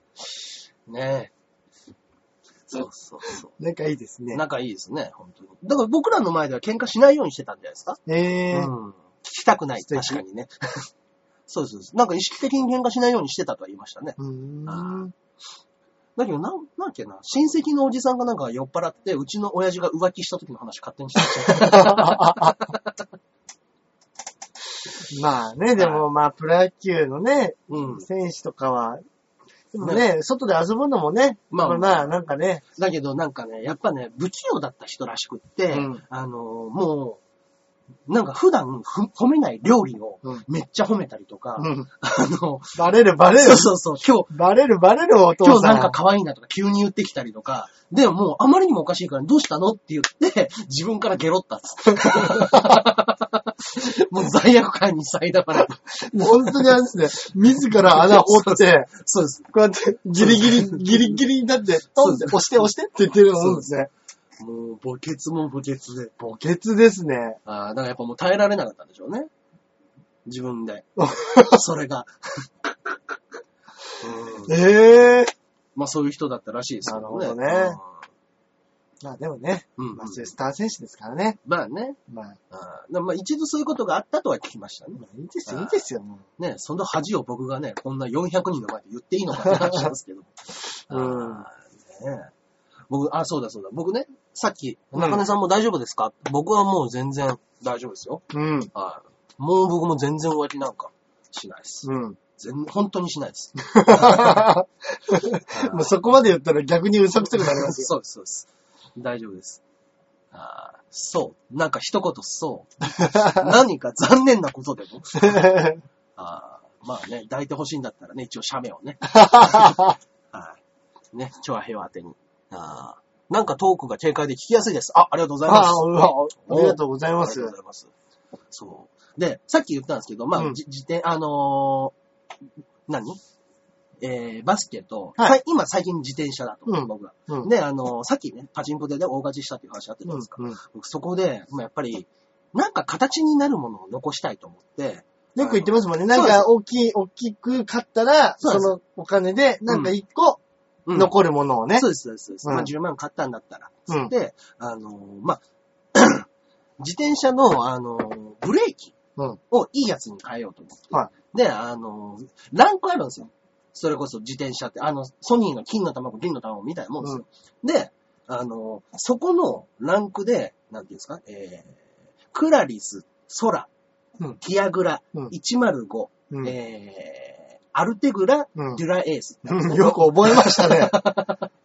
ねえ。そうそうそう。
なんかいいですね。
仲いいですね、本当に。だから僕らの前では喧嘩しないようにしてたんじゃないですか
ええ。
うん聞きたくない。
素敵
確かにね。 そうですそうです。なんか意識的に喧嘩しないようにしてたとは言いましたね。
うーん。
だけど、なん、なんだっけな、親戚のおじさんがなんか酔っ払って、うちの親父が浮気した時の話勝手にして ました。
まあね、でもまあ、プロ野球のね、
うん。
選手とかは、でもね、外で遊ぶのもね、
ま
ま
あ
あまあ、なんかね、
だけどなんかね、やっぱね、不器用だった人らしくって、
うん
あのー、もう、なんか普段ふ褒めない料理を
うん
めっちゃ褒めたりとか、
うん
あの、
バレるバレる
そ、うそうそう、今日、
バレるバレるお父
今日
さん。
なんか可愛いなとか急に言ってきたりとか、でももうあまりにもおかしいからどうしたのって言って、自分からゲロったっつ って。もう罪悪感に苛まれて。
本当にあれですね、自ら穴掘って、
そうです。
こうやってギリギリ、ギリギリになって、トンって押して押してって言ってるもんです
も
ね。
う墓穴も墓穴で。
墓穴ですね。
ああ、だからやっぱもう耐えられなかったんでしょうね。自分 で。それが。うん
ええ
まあそういう人だったらしいですけどね。
なるほどねまあでもね、
うん。うんうん
まあそういうスター選手ですからね。
まあね。
まあ、
あーまあ一度そういうことがあったとは聞きましたね。
まあいいですよ、いいですよ、も
ね、その恥を僕がね、こんな400人の前で言っていいのかって話なんですけど。
うん
あーね僕、あ、そうだそうだ。僕ね、さっき、
うん
中根さんも大丈夫ですか、僕はもう全然大丈夫ですよ。
う。うん。
はい。もう僕も全然浮気なんかしないです。
うん。
全本当にしない です。
もうそこまで言ったら逆にうさくさくなります よ。
そうです、そうです。大丈夫です。あーそう。なんか一言 そう。何か残念なことでも。あーまあね、抱いてほしいんだったらね、一応写メを ね。はい。ね、チョアヘア宛てに。あーなんかトークが軽快で聞きやすいです。あ、ありがとうございます。
ああうわありがとうござい
ありが
ます
とう。ございます。そう。で、さっき言ったんですけど、まあ、
うん
じ自転、あのー何えー、バスケと、
はい
さい今最近自転車だと、
うん
僕が。
うん
で、あのーさっきね、パチンコでね、大勝ちしたっていう話あったじゃないですか。
うんうん
僕そこで、まあ、やっぱり、なんか形になるものを残したいと思って、
よく言ってますもんね。なん
そうです
か大きい、大きく買ったら、
そう
そ
です
のお金で、なんか一個
うん
残るものをね
そ。うです、そうですそうです。
うん
まあ、10万買ったんだったら。
うん
で、あのーまあ、 自転車の、あのーブレーキ
うん
をいいやつに変えようと思って。
は
で、あのーランクあるんですよ。それこそ自転車って、あの、ソニーの金の卵、銀の卵みたいなもんですよ。で、あのーそこのランクで、なんていうんですか、えー、クラリス、ソラ、
うん
キアグラ、
うん
105、
うん
えー、アルテグラ、
うん
デュラエース。
うん よく覚えまし たね。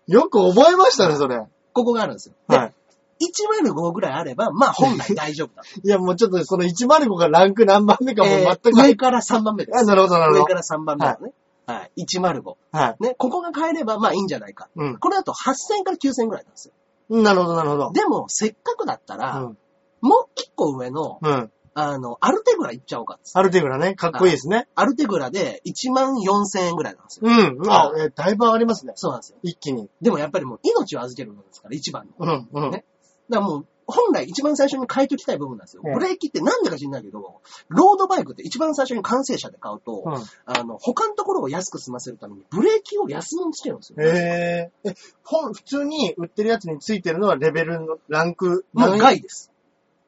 よく覚えましたね、それ。
ここがあるんですよ。で
はい。
105ぐらいあれば、まあ本来大丈 夫だ。
いや、もうちょっとその105がランク何番目かもう全
え
く。
ー上から3番目で
あ、
す。
なるほど、なる
上
ほ
か
ど。
ら3番目だね。はい。105。
はい。
ね、ここが変えればまあいいんじゃないか。
うん
これだと8000から9000ぐらいなんですよ。
うん。なるほど、なるほど。
でも、せっかくだったら、
うん
もう1個上の
うん。
あの、アルテグラ行っちゃおうかっつって
アルテグラね、かっこいいですね。
アルテグラで1万4000円ぐらいなんですよ。
うん。あ、えーだいぶ上がりますね。
そうなんですよ。
一気に。
でもやっぱりもう命を預けるものですから、一番の。
うん、うん。
ねだからもう、本来一番最初に買いときたい部分なんですよ。
うん
ブレーキってなんでか知んないけど、ロードバイクって一番最初に完成車で買うと、
うん
あの、他のところを安く済ませるために、ブレーキを安物にしてるんですよ。
えー、え、本、普通に売ってるやつについてるのはレベルのランク
もう
何
外です。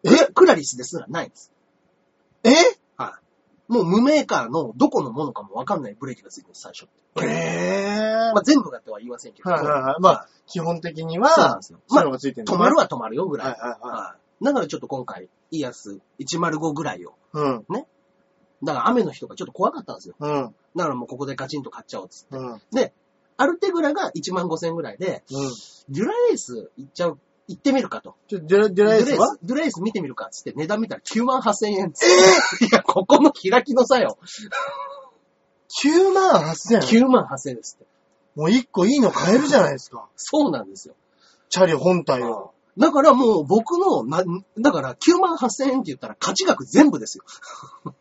えクラリスですらないです。
え
はい。もう無メーカーのどこのものかもわかんないブレーキがついてるんです、最初って。
えー、
まあ、全部がとは言いませんけど。
はいはいはい。まあ、基本的には、
そうなんですよ。ま
そうい
あ
うの、がついてる
止まる
わ。
は止まるよぐらい。
はいはいは
はい。だからちょっと今回、いいやつ、105ぐらいを。
うん、
だから雨の日とかちょっと怖かったんですよ。
うん、
だからもうここでガチンと買っちゃおうっつって。
うん、
アルテグラが1万5千ぐらいで、
うん。
デュラレース行っちゃう、行ってみるかと。
ちょ、デュラデュラエースは
デュラレース見てみるかっつって値段見たら9万8千円っつって。いや、ここの開きの作用。
?9 万8000円。
9万8千円ですって。
もう1個いいの買えるじゃないですか。
そうなんですよ。
チャリ本体を。
だからもう僕の、なだから9万8千円って言ったら価値額全部ですよ。
うん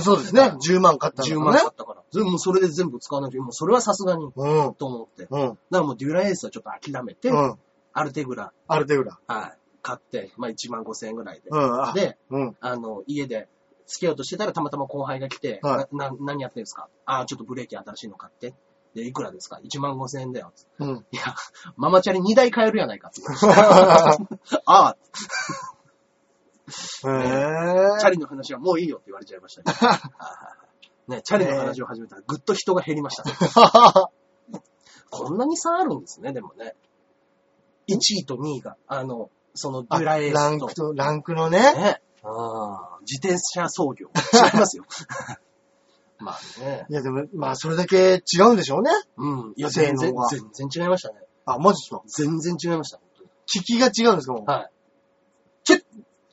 そうですね。
はい
10万買ったんだ
10
から
万
ね
だったから。でもうそれで全部使わなきゃ、もうそれはさすがに、
うん、
と思って。だか
うん、
らもうデュラエースはちょっと諦めて、
うん。
アルテグラ、
アルテグラ。
はい、買って、まあ1万5千円ぐらいで。
うん、あ、
で、
うん。
あの、家で、つけようとしてたら、たまたま後輩が来て、
は
な、な何やってんですかああ、ちょっとブレーキ新しいの買って。で、いくらですか ?1 万5千円だよ。
うん。
いや、ママチャリ2台買えるや ないか。ああ、
へぇ
チャリの話はもういいよって言われちゃいましたね。 はいね、チャリの話を始めたら、ぐっと人が減りました、ね。 こんなに差あるんですね、でもね。1位と2位が、あの、その、デュラエー
ラ
ス
ン
と
ク。と、ランクのね。
ね。あー自転車操業。違います よ。まあね。
いやでも、まあそれだけ違うんでしょうね。
うん。いや、
性
全
能
然
が、
全然違いましたね。
あ、マジですか。
全然違いました、本当に。
利きが違うんですかもう。
はい。ちょ、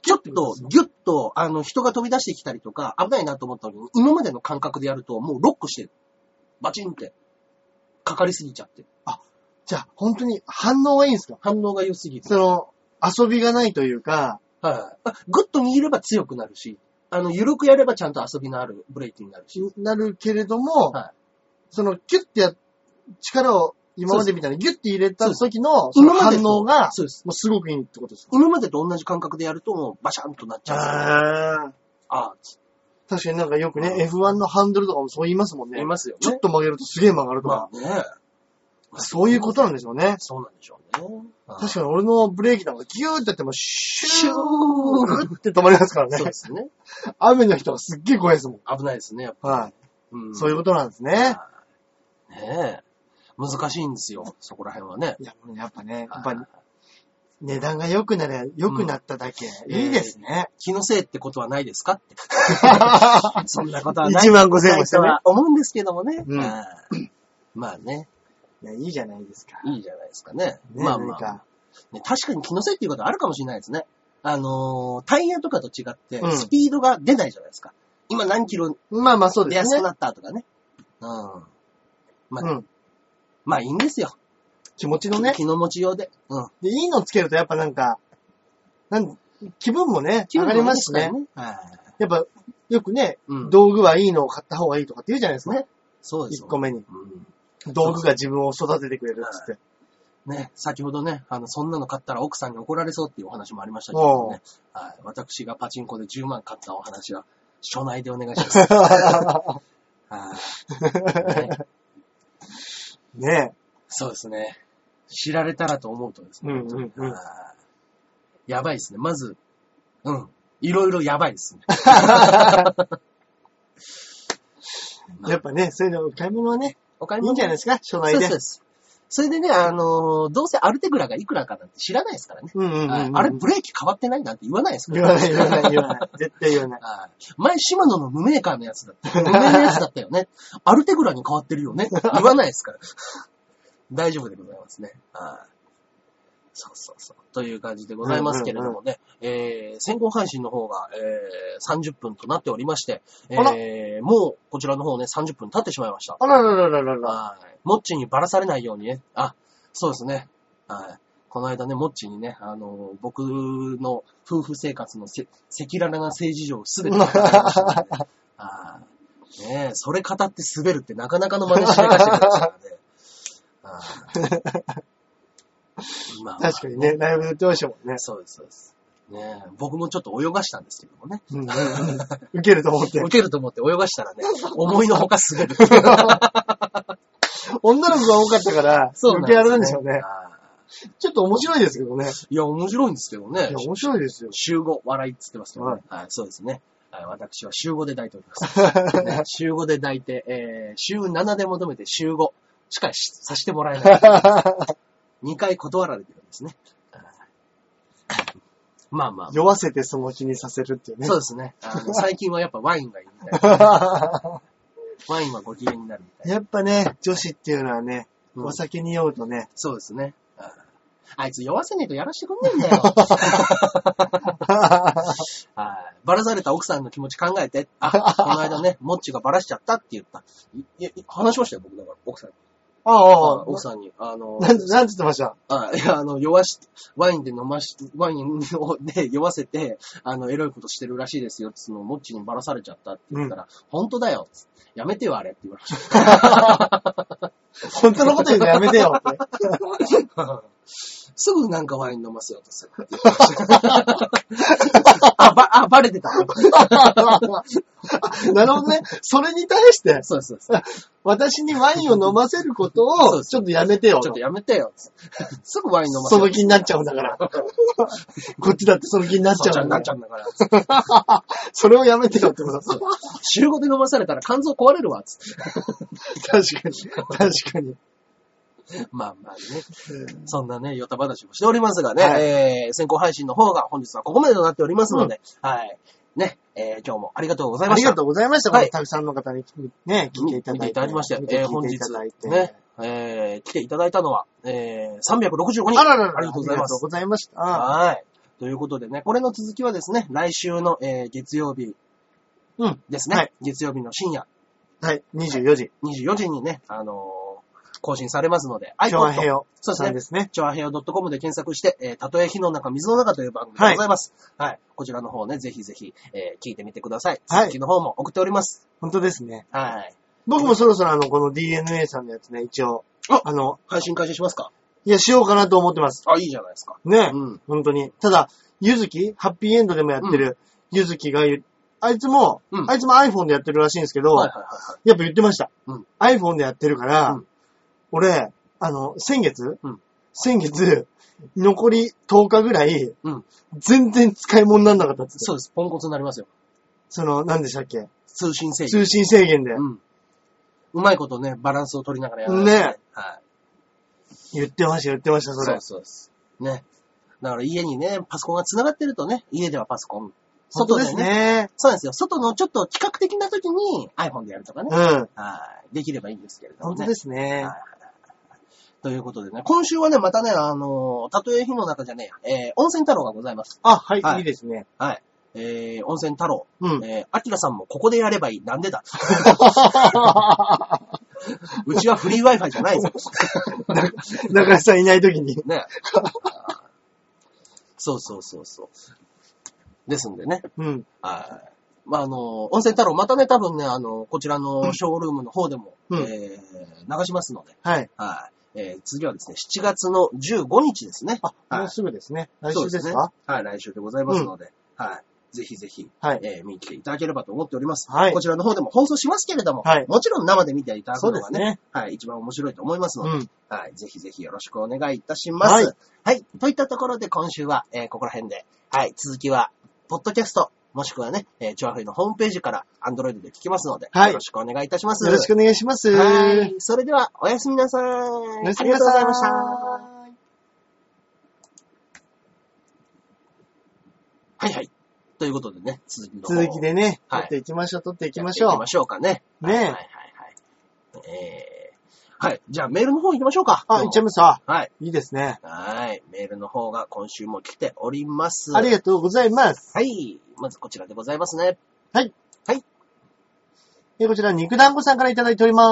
ちょっと、ギュッと、あの、人が飛び出してきたりとか、危ないなと思ったのに、今までの感覚でやると、もうロックしてる。バチンって。かかりすぎちゃって。
じゃあ、本当に反応がいいんですか
反応が良すぎる。
その、遊びがないというか、
はい。あグッと握れば強くなるし、あの、緩くやればちゃんと遊びのあるブレーキになるし。
なるけれども、
は
その、キュッてや、力を今までみたいにギュッて入れた時の、そ
今
の
まで
反
と
応が、
そうです。
もうすごくいいってことです
今までと同じ感覚でやると、もうバシャンとなっち
か
ゃう。
あー
ああ、つ
確かになんかよくね、F1 のハンドルとかもそう言いますもんね。
言いますよね
ちょっと曲げるとすげえ曲がると
ま
か。
あね。
そういうことなんでしょうね。
そうなんでしょうね。
確かに俺のブレーキなんかギューってやってもシュ
シ
ーって止まりますから
そう
ね
で。すね。
雨の人はすっげえ怖いですもん。
危ないですね、やっぱ。
はい。
うん
そういうことなんですね。
ねえ。難しいんですよ、そこら辺はね。
いや、やっぱね、やっ
は
ぱ
い
値段が良くなれ、良くなっただけ、いいですね。
気のせいってことはないですか って。そんなことはない。
1万5千円もして
と
ね
は。思うんですけどもね。
うん
はいまあね、
いや、いいじゃないですか。
いいじゃないですかね。
ね、
まあ
何
まあ、
か。
ね確かに気のせいっていうことはあるかもしれないですね。あのータイヤとかと違って
う、ん
スピードが出ないじゃないですか。今何キロ
まあまあそう
出
で
や
す
すく
ね。
なったとかね。うん。まあ、
うん。
まあいいんですよ。
気持ちのね。
気の持ちようで。うん。
で、いいのつけるとやっぱなんか、なん気分もね、上がりますしね。
はい。
やっぱ、よくね、
うん
道具はいいのを買った方がいいとかって言うじゃないですか。
ねそうです
1
よ
個目に。
うん
道具が自分を育ててくれるっつって。
ね、先ほどね、あの、そんなの買ったら奥さんに怒られそうっていうお話もありましたけどね。はい。私がパチンコで10万買ったお話は、署内でお願いし ます。はい、ね
ね
そうですね。知られたらと思うとです
え。う
ね。
んうんうん。
はいやばいですね。まず、うん。いろいろやばいですね。
やっぱね、そういうの、買い物はね、
お買い
いい
物
んじゃないですか、初
そ
内
うで、
です
そう。です。それでね、あのーどうせアルテグラがいくらかなんて知らないですからね。
うんうんうん
は
う
い
ん。
あれ、ブレーキ変わってないなんて言わないですか
言
ら
わない言わない言わない。絶対言わない。
はい前、シマノの無メーカーのやつだった。無名のやつだったよね。 アルテグラに変わってるよね。言わないですから。 大丈夫でございますね。はいそうそうそう。という感じでございますけれどもね。えー、先行配信の方が、えー、30分となっておりまして、
あら
えー、もうこちらの方ね、30分経ってしまいました。
あらららららら。
はい。もっちにばらされないようにね。あ、そうですね。はい。この間ね、モッチーにね、あの、僕の夫婦生活のせ赤裸々な性事情をすべて語ってましたんで、 あーねえ、それ語って滑るってなかなかの真似しないかしてくれますからね。あーまあまあ
確かにね、ライブで言ってましたも んね。
そうです、そうです。ねえ僕もちょっと泳がしたんですけどもね。
うんうんうん。受けると思って
受。けると思って泳がしたらね、思いのほか滑る。
女の子が多かったから、 受けられるんでしょうね。
あ
ちょっと面白いですけどね。
ーいや、面白いんですけど
い
ね
や、。面白いですよ。
週5、笑いっつってますけどね。
は
はい、そうですね。はい、私は週5で抱いており ます。ね、週5で抱いて、えー、週7で求めて週5しかしさせてもらえ ない。2回断られてるんですね。はいまあまあ、
酔わせてその気にさせるっていうね。
そうですね。あの最近はやっぱワインがいいみたいな。
や
ワインはご機嫌になるみたいな。
っぱね、女子っていうのはね、
うん
お酒に酔う とね、
そうですね。ああいつ酔わせねえとやらしてくんねえんだよ。はいバラされた奥さんの気持ち考えて。あ、この間 ね、モッチがバラしちゃったって言った。いいや話しましたよ、僕だから、奥さんに。
ああ、ああ
奥さんに。あの、
なん、なんつってました
あいや、あの、酔わし、ワインで飲まし、ワインをで酔わせて、あの、エロいことしてるらしいですよ、つうのをモッチにバラされちゃったって言ったら、本当だよ、つってやめてよ、あれって言われました。
本当のこと言うのやめ てよって。
すぐなんかワイン飲ませようとするって言ってました。 あ、ば、あ、バレてた。
なるほどね。それに対して、
そうです、そうです。
私にワインを飲ませること
そう
を、
です
ちょっとやめてよ
ちょ
と
っと。やめてよ。つって すぐワイン飲ませ
そ
よ
の
うと
気になっちゃうん だから。こっちだってその気になっち
そ
ゃ
うちゃ
うんん
な
だ
っちゃ
か
うん
ら。
だから。
それをやめてよってこと。
そう週5で飲まされたら肝臓壊れるわ。つって
確かに。確かに。
まあまあね。そんなね、ヨタ話もしておりますがね、
はい
えー、先行配信の方が本日はここまでとなっておりますので、はい。ね、えー、今日もありがとうござい
あ
ま
り
した
が。とうございました。
はい
たくさんの方にね、聞いていただ
見
いて。
ていただきましたよ
見。て
えー、
聞
本
いて
日
いただいて。
ね、えー、来ていただいたのは、えー、365人。
あららら、
ありがとうござい
あり
ま
がとう
す
ご。ざいました。
はい。ということでね、これの続きはですね、来週の、えー月曜日
うん。
ですね、
はい
月曜日の深夜
はい、24時、
24時にね、あのー更新されますので、
昭和平
iPod、
和
そうです
さ
ね
んですね。
調和平和 .com で検索して、えーたとえ火の中、水の中という番組でございます。はい。こちらの方ね、ぜひぜひ、えー聞いてみてください。
はい
続きの方も送っております。
本当ですね。
はい。
僕もそろそろあの、この DNA さんのやつね、一応、
あ
あの、
配信開始しますか
いや、しようかなと思ってます。
あ、いいじゃないですか。
ね、
うん。
本当に。ただ、ゆずき、ハッピーエンドでもやってる、ゆずきが言う、あいつも、
うん
あいつも iPhone でやってるらしいんですけど、
はいはいはいはい。
やっぱ言ってました。
うん
iPhone でやってるから、
うん
俺、あの、先月、
うん
先月、残り10日ぐらい、
うん
全然使い物になんなかったっつって
そうです。ポンコツになりますよ。
その、何でしたっけ
通信制御。
通信制限で
うん。うまいことね、バランスを取りながらやる、
ね。
はい。
言ってました、言ってました、それ。
そうそうです。ね。だから家にね、パソコンが繋がってるとね、家ではパソコン。外
本当
で
で
ね。
すね。
そうなんですよ。外のちょっと企画的な時に iPhone でやるとかね。
うん。
はい。できればいいんですけれども
本当
ね。
ですね
は。いということでね、今週はね、またね、あの、たとえ火の中じゃねえや、えー、温泉太郎がございます。
あ、はい、
はい
い、いですね。
はい。えー、温泉太郎。
うん。
えー、アキラさんもここでやればいい。なん でだうちはフリー Wi-Fi じゃないぞ。
中橋さんいないときに。
ね。そうそうそうそう。ですんでね。
うん。
はい。まあ、あの、温泉太郎、またね、多分ね、あの、こちらのショールームの方でも、
うん
えー、流しますので、
はい。
はい。えー、次はですね、7月の15日ですね。は
も
いう
すぐですね。来
そうで
週ですす
ね
か
はい、来週でございますので、はい。ぜひぜひ、
はい。
えー、見に来ていただければと思っております。
はい
こちらの方でも放送しますけれども、
はい
もちろん生で見ていただく
そう
の
で
が
す
ね、
ね。
はい、一番面白いと思いますので、
うん。
はい。ぜひぜひよろしくお願いいたします。は
はいい。
といったところで今週は、えーここら辺で。はい。続きは、ポッドキャスト、もしくはね、えー、チョアフェイのホームページから、アンドロイドで聞きますので、
はい
よろしくお願いいたします。
よろしくお願いします。
はい。それでは、おやすみなさい。
おやすみなさい
ありがとうございました。はいはい。ということでね、続きの方を
続きでね、
はい
取っていきましょう、取っていき
やっ
ま
て
しょ
いき
う
ま。しょうかね。
ね
は
え
いはいはい、はい。えー、はい。じゃあ、メールの方行きましょうか。
あ、いっちゃい
ま
ます。あ、
はい。
いいですね。
はい。メールの方が今週も来ております。
ありがとうございます。
はい。まずこちらでございますね。
えこちら、肉団子さんからいただいておりま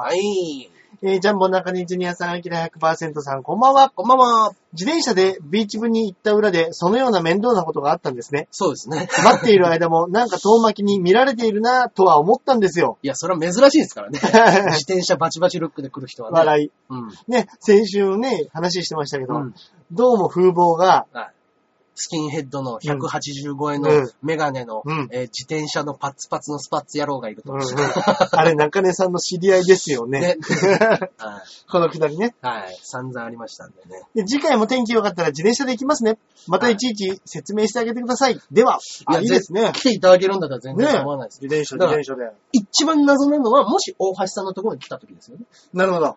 はい。
す。えー、ジャンボ中根ジュニアさん、アキラ100%さん、こんばんは。
こんばんは。
自転車でビーチ部に行った裏で、そのような面倒なことがあったんで すね。
そうですね。
待っている間も、なんか遠巻きに見られているなぁとは思ったんですよ。
いや、それは珍しいです からね。自転車バチバチルックで来る人はね。
笑い。
うん。
ね、先週ね、話してましたけど、
うん
どうも風貌が、
はい。スキンヘッドの185円
う
の
ん
メガネの、
うん
えー自転車のパツパツのスパッツ野郎がいると。
うんうん あれ、中根さんの知り合いですよ
ね
ね。
はい。
このくだりね。
はい。散々ありましたんでね。
で次回も天気良かったら自転車で行きますね。またいちいち説明してあげてください。では、あいいですね。
来ていただけるんだったら全
ね
然構わないです。
自転車、
だ
自
から
転車で。
一番謎なのは、もし大橋さんのところに来た時ですよね。
なるほ ど。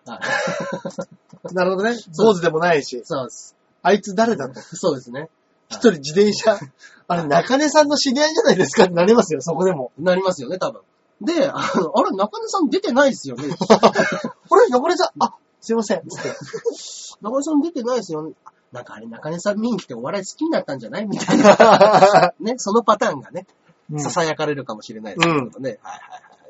はい。
なるほどね。坊主でもないし、
そうです。
あいつ誰だと。
そうですね。
一人自転車、 あれ、中根さんの知り合いじゃないですかってなりますよ、そこでも。
なりますよね、多分。で、あの、あれ、中根さん出てないですよ ね。
これ、中根さん、あ、すいません。つって
中根さん出てないですよね。なんかあれ、中根さん人気ってお笑い好きになったんじゃないみたいな。 ね、そのパターンがね、
うん
囁かれるかもしれないですけどね。はいはいは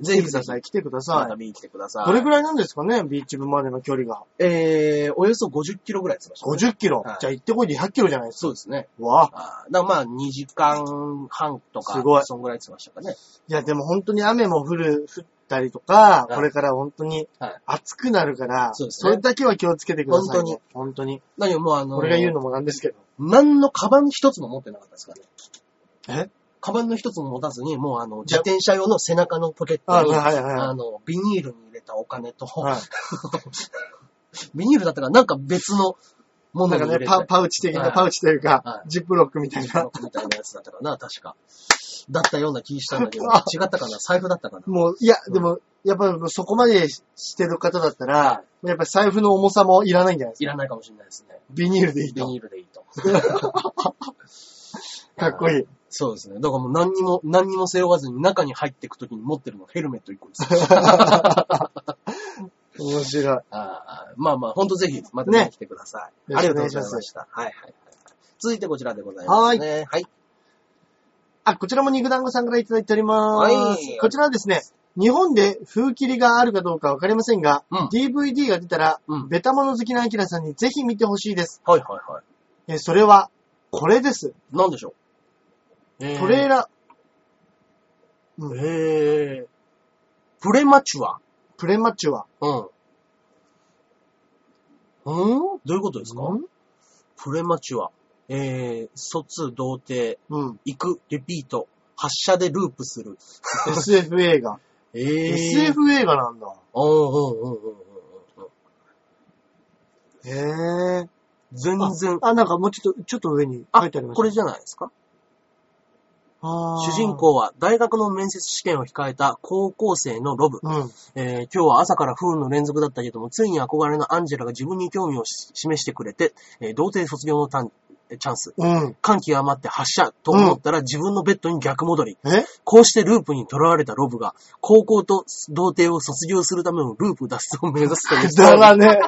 い。ぜ
来
ひ
てください、来てくだ
ま
さ
た
い。
見に来てください。
どれくらいなんですかね、ビーチ部までの距離が。
えー、およそ50キロぐらいつましたね、
50キロ。
はい
じゃあ行ってこいで100キロじゃないです
そうですね。
か。わあ。
あーだからまあ、2時間半とか、
すごい
そんぐらいつましたかね。
いや、でも本当に雨も降る、降ったりとか、
はい
これから本当に
はい
暑くなるから、
そうです
そ
ね
れだけは気をつけてください、
本
ね。本当に。
何もうあの、
俺が言うのもなんですけど。
何のカバン一つも持ってなかったですからね。
え
カバンの一つも持たずに、もうあの、
じゃ
自転車用の背中のポケッ
あ、
トに、あ,、
はいはいは
の、ビニールに入れたお金と、
い。はい
ビニールだったからなんか別のものに
なんか
入
ね、
れて、
パパウチ的
は
な、
い
パウチというか
は、
ジップロックみたいな。
みたいなやつだったかな、確か。だったような気したんだけ ど、違
あ
ったかな、財布だったかな。
もう、いや、でも、やっぱりそこまでしてる方だったら、やっぱり財布の重さもいらないんじゃないです
いらないかもしれないですね。
か。ビニールでいい
ビ
と。
ニールでいいと。
かっこいい。
そうですね。だからもう何にも、何にも背負わずに中に入っていくときに持ってるのがヘルメット1個です。
面白い。
ああまあまあ、ほんとぜひ、また見に来てください。
ね
ありがとうございました。はいはいはい。続いてこちらでございます、ね。はい。はい。
あ、こちらも肉団子さんからいただいております。
はい
こちらはですね、日本で風切りがあるかどうかわかりませんが、
うん
DVD が出たら、
うん
ベタモノ好きなアキラさんにぜひ見てほしいです。
はいはいはい。
え、それは、これです。
なんでしょうえ
トレーラー、
ー。へープレマチュア。
プレマチュア。
うん。うんどういうことですか、
ん
プレマチュア。えー、卒、童貞、
うん。
行く、リピート、発射でループする。
SF 映画。
えー
SF 映画なんだ。
うんうんうんうんうんうん。
へえ。
全然。
あ、なんかもうちょっと、ちょっと上に書
あ、
いてあります。
これじゃないですか
あー
主人。公は大学の面接試験を控えた高校生のロブ。
うん。
えー今日は朝から不運の連続だったけども、ついに憧れのアンジェラが自分に興味をし示してくれて、えー童貞卒業のタンえーチャンス。
うん。
歓喜余って発射と思ったら自分のベッドに逆戻り。
え
こうしてループに囚われたロブが、高校と童貞を卒業するためのループ脱出を目指すと いう
く
ストー
だ
リー。
らね。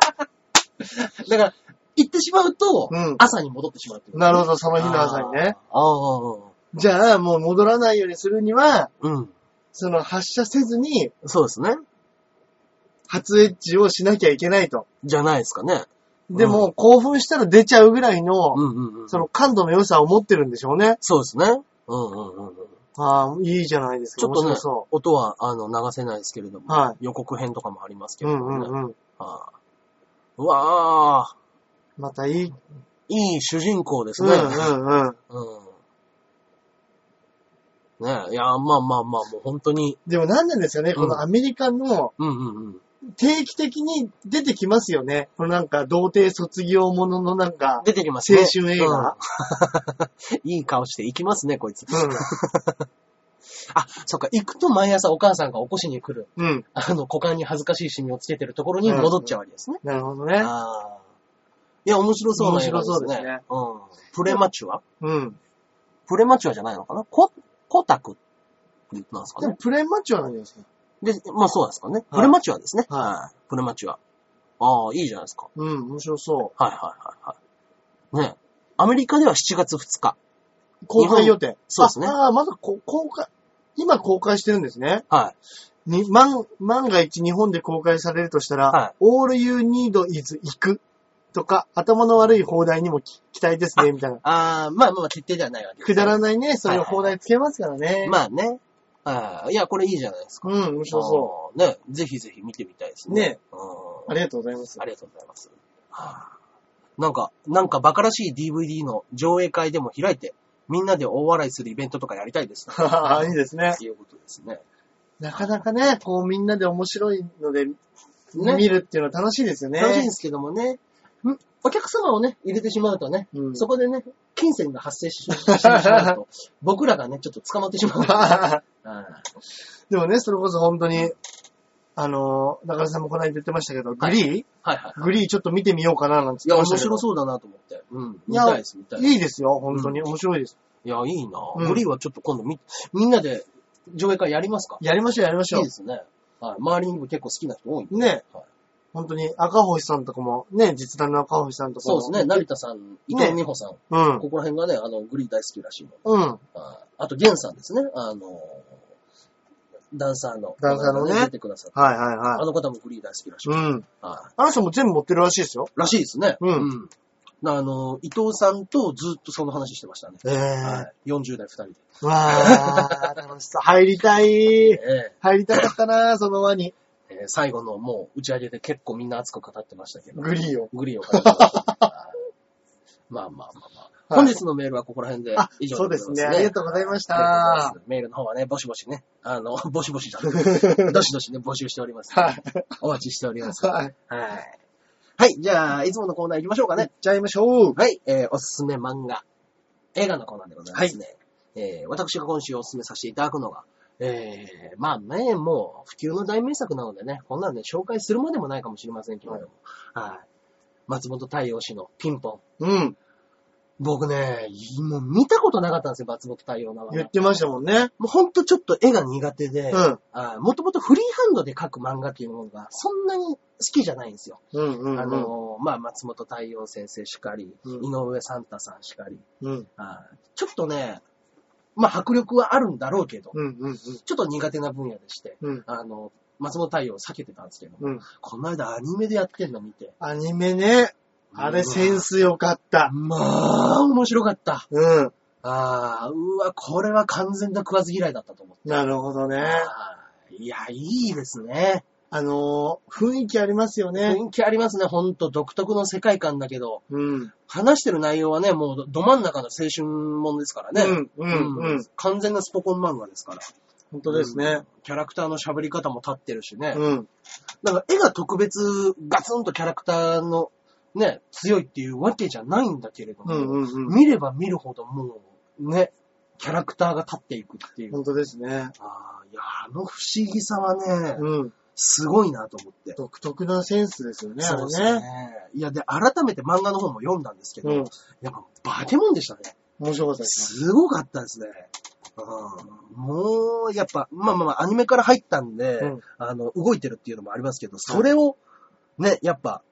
だから、行ってしまうと、
うん
朝に戻ってしまうっていう。
なるほど、その日の朝にね。
あー。あ
じゃあ、もう戻らないようにするには、
ーうん。
その発射せずに、
そうですね。
初エッジをしなきゃいけないと。
じゃないですかね。
でも、興奮したら出ちゃうぐらいの、
うんうんうん。
その感度の良さを持ってるんでしょうね。
そうですね。うんうんうんうん。
ああ、いいじゃないですか。
ちょっと
面
ね
白そ、
音はあの流せないですけれども、
は
予告編とかもありますけ
う。う
れど
ん
もね。
うんうん。
あーうわあ、
またいい。
いい主人公です
うん
ね。
うんうん。
うんねいや、まあまあまあ、もう本当に、
でもなんなんですよね、こ
うん
のアメリカの
うんうんうん。
定期的に出てきますよね。このなんか、童貞卒業もののなんか、
出てきますね。
青春映画。
うん いい顔して行きますね、こいつ。
う
あ、そっか、行くと毎朝お母さんが起こしに来る、
ん。うん。
あの、股間に恥ずかしいシミをつけてるところに戻っちゃうわけですね。
なるほどね。
ああ。いや、面白そうな映画ですね。
面白そうですね
うん。プレマチュア
うん。
プレマチュアじゃないのかなコ、コタクなんですか
でも
ね。
プレマチュアなんじゃないですか。
で、まあそうなんですかね。
はい
プレマチュアですね。
はい
い。プレマチュア。ああ、いいじゃないですか。
うん、面白そ
はいはいはいはい。ねアメリカでは7月2日。
う。公開予定。
そうですね
ああー、まだこ公開、今公開してるんですね。
はい。
に万、万が一日本で公開されるとしたら、
はい
all you need is 行くとか、頭の悪い放題にもき期待ですね、みたいな。
あー、まあまあ、決定ではないわけです
くだらないね、そういう
はい
放題つけますからね。
まあね。あーいや、これいいじゃないですか。
うん、面白そ
あーね、ぜひぜひ見てみたいですね。
ね
うん
う。ありがとうございます
あ。りがとうございます。はあなんか、なんかバカらしい DVD の上映会でも開いて、みんなで大笑いするイベントとかやりたいですね。
いいですね
っ。ていうことですね。
なかなかね、こうみんなで面白いので、見るっていうのは楽しいですよね。
楽しいんですけどもね。んお客様をね、入れてしまうとね、
うん
そこでね、金銭が発生してしまう と、僕らがね、ちょっと捕まってしまう。あ
でもね、それこそ本当に、あの、中田さんもこの間言ってましたけど、グリー、
あはいはい。
グリーちょっと見てみようかななんて
い
言
や、
って
面
ましたけど。
白そうだなと思って。うん。
い
見
や
たいです、見たいです。
いいですよ、本当に。面白いです。
いや、いいな、
うん
グリーンはちょっと今度み、みんなで上映会やりますか
やりましょう、やりましょ
いういで。すね。はい。周りにも結構好きな人多いんで。
ね、
はい
本当に赤星さんとかも、ね、実弾の赤星さんとか
そ
も。
うですね。。成田さん、伊藤美穂さん、
うん。
ここら辺がね、あの、グリーン大好きらしいので。
うん。
ああと、ゲンさんですね。あの、ダンサーの。
ダンサーのね
出てくださった。
はいはい
あ
はい。
の方もグリーン大好きらしい。
うん。
はい
あの人も全部持ってるらしいですよ。
らしいですね。
うん
んあの、伊藤さんとずっとその話してましたね。
ええ
はい。40代2人で。
わあ、楽しそう。入りたい。
ええ
入りたかったな、その輪に。
えー最後のもう打ち上げで結構みんな熱く語ってましたけど。
グリーを。
グリーを語ってましたけどまあまあまあまあ。
はい
本日のメールはここら辺で
あ
以上
そうですねありがとうございました
ありがとうございますメールの方はね、ぼしぼしね、あの、 ぼしぼしだ。 どしどしね、募集しております。
はい。
お待ちしております。
はい。
はい。はい、じゃあ、いつものコーナー行きましょうか
行っ
ね。
ちゃいましょう。
はい、えーおすすめ漫画、映画のコーナーでございますね。えー私が今週おすすめさせていただくのが、えーまあね、もう、普及の大名作なのでね、こんなんね、紹介するまでもないかもしれませんけれども、はい。松本太陽氏のピンポン。
うん。
僕ね、もう見たことなかったんですよ、松本太陽なの
言っ
ね。
てましたもんね。
もうほんとちょっと絵が苦手で、
うん。
あーもともとフリーハンドで描く漫画っていうものが、そんなに好きじゃないんですよ。
うんうんうん。
あのー、まあ、松本太陽先生しかり、
うん
井上サンタさんしかり、
うん。
あーちょっとね、まあ、迫力はあるんだろうけど、
うんうん
ちょっと苦手な分野でして、
うん。うん。
あの、松本太陽を避けてたんですけど、
うん。
この間アニメでやってんの見て、
アニメね。あれセンス良かった。
まあ、面白かった。
うん。
ああ、うわ、これは完全な食わず嫌いだったと思って。
なるほどね。
あーいや、いいですね。
あのー、雰囲気ありますよね。
雰囲気ありますね、ほんと独特の世界観だけど、
うん。
話してる内容はね、もうど真ん中の青春もんですからね。
うん、うん、うん。
完全なスポコン漫画ですから。
本当ですね。
キャラクターの喋り方も立ってるしね。
うん。
なんか絵が特別ガツンとキャラクターのね、強いっていうわけじゃないんだけれど
う
も、
ん、うん、うん。
見れば見るほどもうね、キャラクターが立っていくっていう。
本当ですね。
あーいや、あの不思議さはね、
うん。
すごいなと思って。
独特なセンスですよね、あ
そ
れ
うです
ね。
ね。いや、で、改めて漫画の方も読んだんですけど、
うん。
やっぱ化け物でしたね。
面白かったですね。
すごかったですね。うんもう、やっぱ、まあまあまあ、アニメから入ったんで、
うん
あの、動いてるっていうのもありますけど、それを、ね、やっぱ、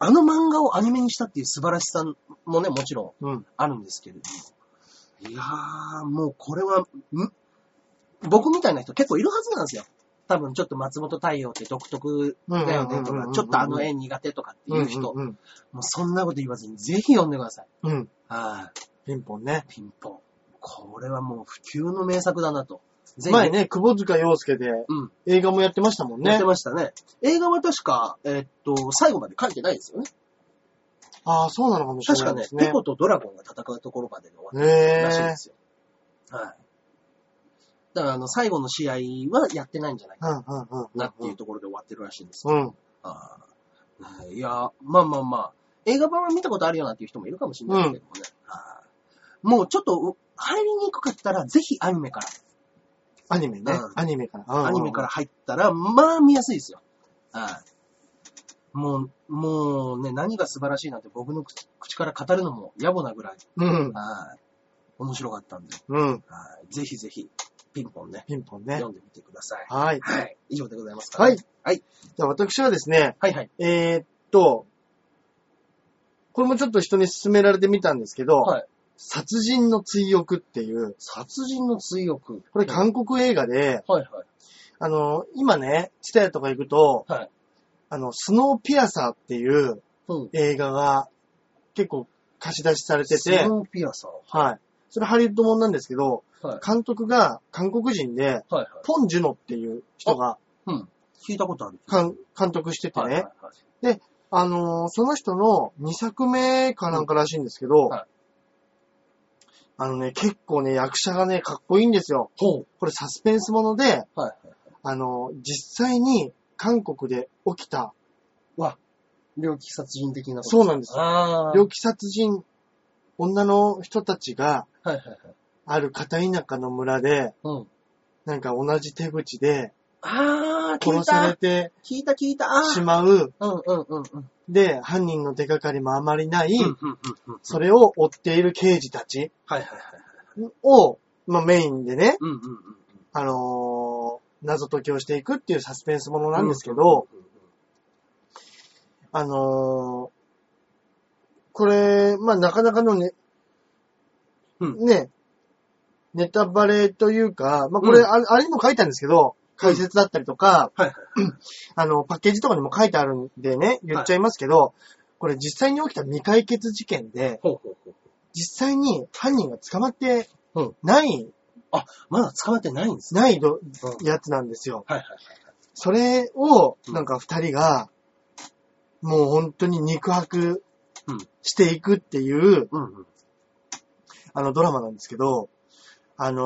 あの漫画をアニメにしたっていう素晴らしさもね、もちろん
うん。
あるんですけれども。いやー、もうこれは、ん僕みたいな人結構いるはずなんですよ。多分ちょっと松本太陽って独特だよねと
うんうんうんうんうんう
か
ん、
ちょっとあの絵苦手とかっていう人、も
うん、
うそんなこと言わずにぜひ読んでください。
うん。うん。
はい。
ピンポンね。
ピンポン。これはもう普及の名作だなと。全
前ね、久保塚洋介で
うん。
映画もやってましたもん
やっ
ね
て。ましたね。映画は確か、えーっと、最後まで書いてないですよね。
ああ、そうなのかもしれ
確
な
か
いで
ね、
すね。
ペコとドラゴンが戦うところまでの終わったらしいん
へ
で
え。
すよ。はい。だから、あの、最後の試合はやってないんじゃないか
うん、うん、うん。
なっていうところで終わってるらしいんですよ。
うん。
あーねいや、まあまあまあ、映画版は見たことあるよなっていう人もいるかもしれないけどもね。あーもうちょっと、入りにくかったら、ぜひアニメから。
アニメ
う
ね
ん。
アニメから。うんうん
アニメから。入ったら、まあ見やすいですよ。はい。もう、もうね、何が素晴らしいなんて僕の口口から語るのも野暮なぐらい、
うん。
はい。面白かったんで、
うん。
はい。ぜひぜひ、ピンポンね、
ピンポンね。
読んでみてください。
はい。
はい。以上でございますか、
はい。
はい。
じゃあ私はですね、
はいはい。
えーっと、これもちょっと人に勧められてみたんですけど、
はい
殺人の追憶っていう、
殺人の追憶。
これ韓国映画で、
はいはい。
あの、今ね、スタヤとか行くと、
はい
あの、スノーピアサーっていう
うん。
映画が結構貸し出しされてて
ス、ノーピアサー。
はい。それハリウッドもんなんですけど、
はい。
監督が韓国人で、
はいはい。
ポン・ジュノっていう人が
うん。聞いたことある。
監監督しててね、
はいはいはい。
あのーその人の2作目かなんからしいんですけど、
んはい
あのね、結構ね、役者がね、かっこいいんですよ。
ほう。
これサスペンスもので、
はいはい。
あのー実際に韓国で起きた、
猟奇殺人的なこと
そうなんですよ。
ああ。
猟奇殺人、女の人たちが
はいはいはい。
ある片田舎の村で、
うん。
なんか同じ手口で
ああ、聞
殺
い
され
た。
て
聞いた聞いた。あ
し
ー
まう。
うんうんうんうん。
で、犯人の手がかりもあまりない、
うんうんうんうん。
それを追っている刑事たち
はいはいはい。
を、まあメインでね、
うんうんうん。
あのー謎解きをしていくっていうサスペンスものなんですけど、
うんうんうんうん、
あのーこれ、まあなかなかのね、
うん
ね、ネタバレというか、まあこれ、
うん
あれあれにも書いたんですけど、解説だったりとか、
はいはい。
あの、パッケージとかにも書いてあるんでね、言っちゃいますけど、これ実際に起きた未解決事件で、
ほうほうほう。
実際に犯人が捕まって
うん
ない、
まだ捕まってないんですね。
ないど
うん
やつなんですよ。
はいはいはい。
それを、
うん
なんか二人が、もう本当に肉薄
うん
していくっていう、
うんうん。
あのドラマなんですけど、あの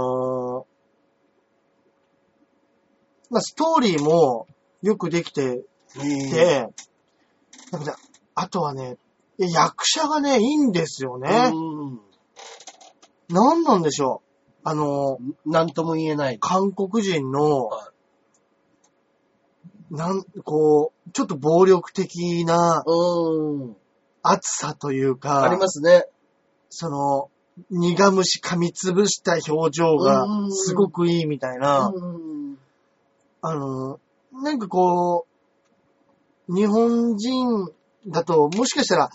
ーまあ、ストーリーもよくできて
え
て、なんかねあとはね、いや役者がね、いいんですよね。
うん。
なんなんでしょう。あのー
なんとも言えない。
韓国人の
は、
なん、こう、ちょっと暴力的な
うん。
熱さというか、
ありますね。
その、苦虫噛みつぶした表情が
うーん
すごくいいみたいな、
うん。
あの、なんかこう、日本人だともしかしたら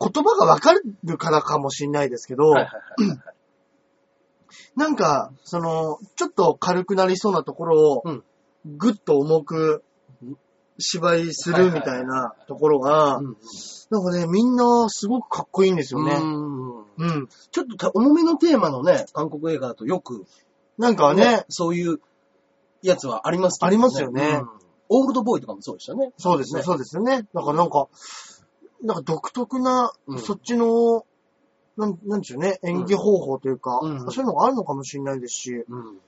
言葉がわかるからかもしれないですけど、
はいはいはいはい。
なんか、その、ちょっと軽くなりそうなところを、
うん
ぐっと重く芝居するみたいなところが、
うんうん
なんかね、みんなすごくかっこいいんですよね。
うん
うん。
ちょっとた重めのテーマのね、韓国映画だとよく、
なんかね、
そういうやつはありますけど
ありますよね
うんオールドボーイとかもそうでしたね。
そうですね、
ね
そうですよね。なんかなんか、なんか独特な、
うん
そっちの、なん、なんでしょうね、演技方法というか、
うん
そういうのがあるのかもしれないですし、
うん。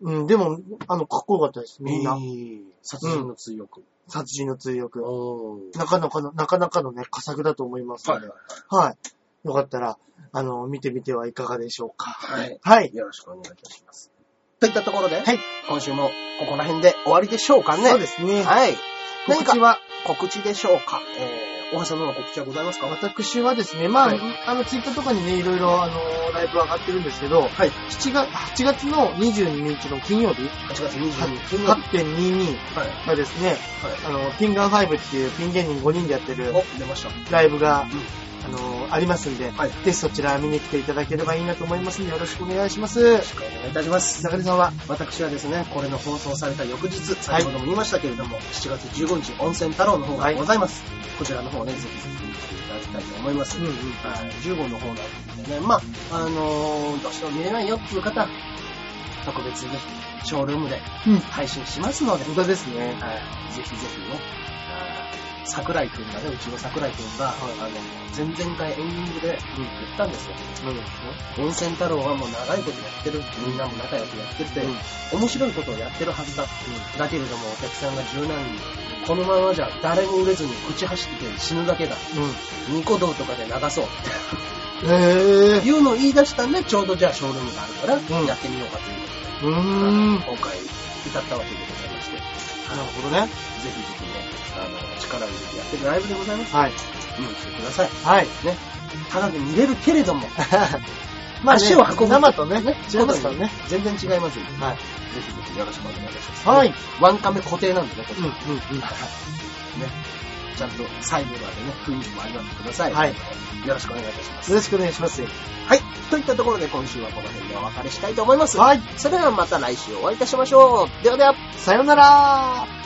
うん、でも、あの、かっこよかったです、みんな。
いい殺人の追憶。
殺人の追憶。
おー
なかなかの、なかなかのね、佳作だと思いますので、はい。よかったら、あの、見てみてはいかがでしょうか。
はい。
はい。
よろしくお願いいたします。といったところで、
はい
今週もここら辺で終わりでしょうかね。
そうですね。
はい。何
告
か
知は、
告知でしょうかえー、大橋さんの方は告知はございますか
私はですね、まあ、
はい
あの、ツイッターとかにね、いろいろ、あの、ライブ上がってるんですけど、
はい
7月、8月の22日の金曜日、
?8 月22日。はい。
8.22がですね、
は
あの、ピンガン5っていうピン芸人5人でやってる
い。お、出ました。
ライブが、
ん
あの、ありますんで、
はい。よ
ぜひそちら見に来ていただければいいなと思いますんで、よろしくお願いします。
ろしくお願いいたします。
中根さんは、
私はですね、これの放送された翌日、先ほども言いましたけれども、7月15日、温泉太郎の方がございます。こちらの方ね、ぜひぜひ見ていただきたいと思います。
うんうん。
はい、15の方なんでね、まあ、あのーどうしても見れないよっていう方、特別にショールームで
うん
配信しますので、
本当ですね。
はい、ぜひぜひね、はい桜井くんがね、うちの桜井くんが、
はい
あの、前々回エンディングで言ったんですよ。
うん。うん。
温泉太郎はもう長いことやってる、みんなも仲良くやってて、面白いことをやってるはずだ。だけれどもお客さんが柔軟に、このままじゃ誰も売れずに口走ってて死ぬだけだ。ニコ動とかで流 そう。
うん。えー。
いうのを言い出したんで、ちょうどじゃあショールームがあるから、
うん
やってみようかというこ
うー
とで、
ん。なる
今回歌ったわけでございまして、ぜ
ほどね。
ひぜひね、あの、力を入れてやってるライブでございます。
はい。
見に来てください。
はい。
ね。ただで見れるけれども、
まあ ね
足を運ぶ。
生とね
違
違
い
い
ま
ますす
か
からら
ね
ね。
全然違いますんで、
はい。
ぜひぜひよろしくお願いいたします。
はい。
ワンカメ固定なんでね、こ
う
れ。
ん、うん、
ね
うん。。
ちゃんと最後までね、クイズも味わってください。
はい。
よろしくお願いいたします。
よろしくお願いします。
はい。といったところで今週はこの辺でお別れしたいと思います。
はい。
それではまた来週お会いいたしましょう。ではでは。
さよなら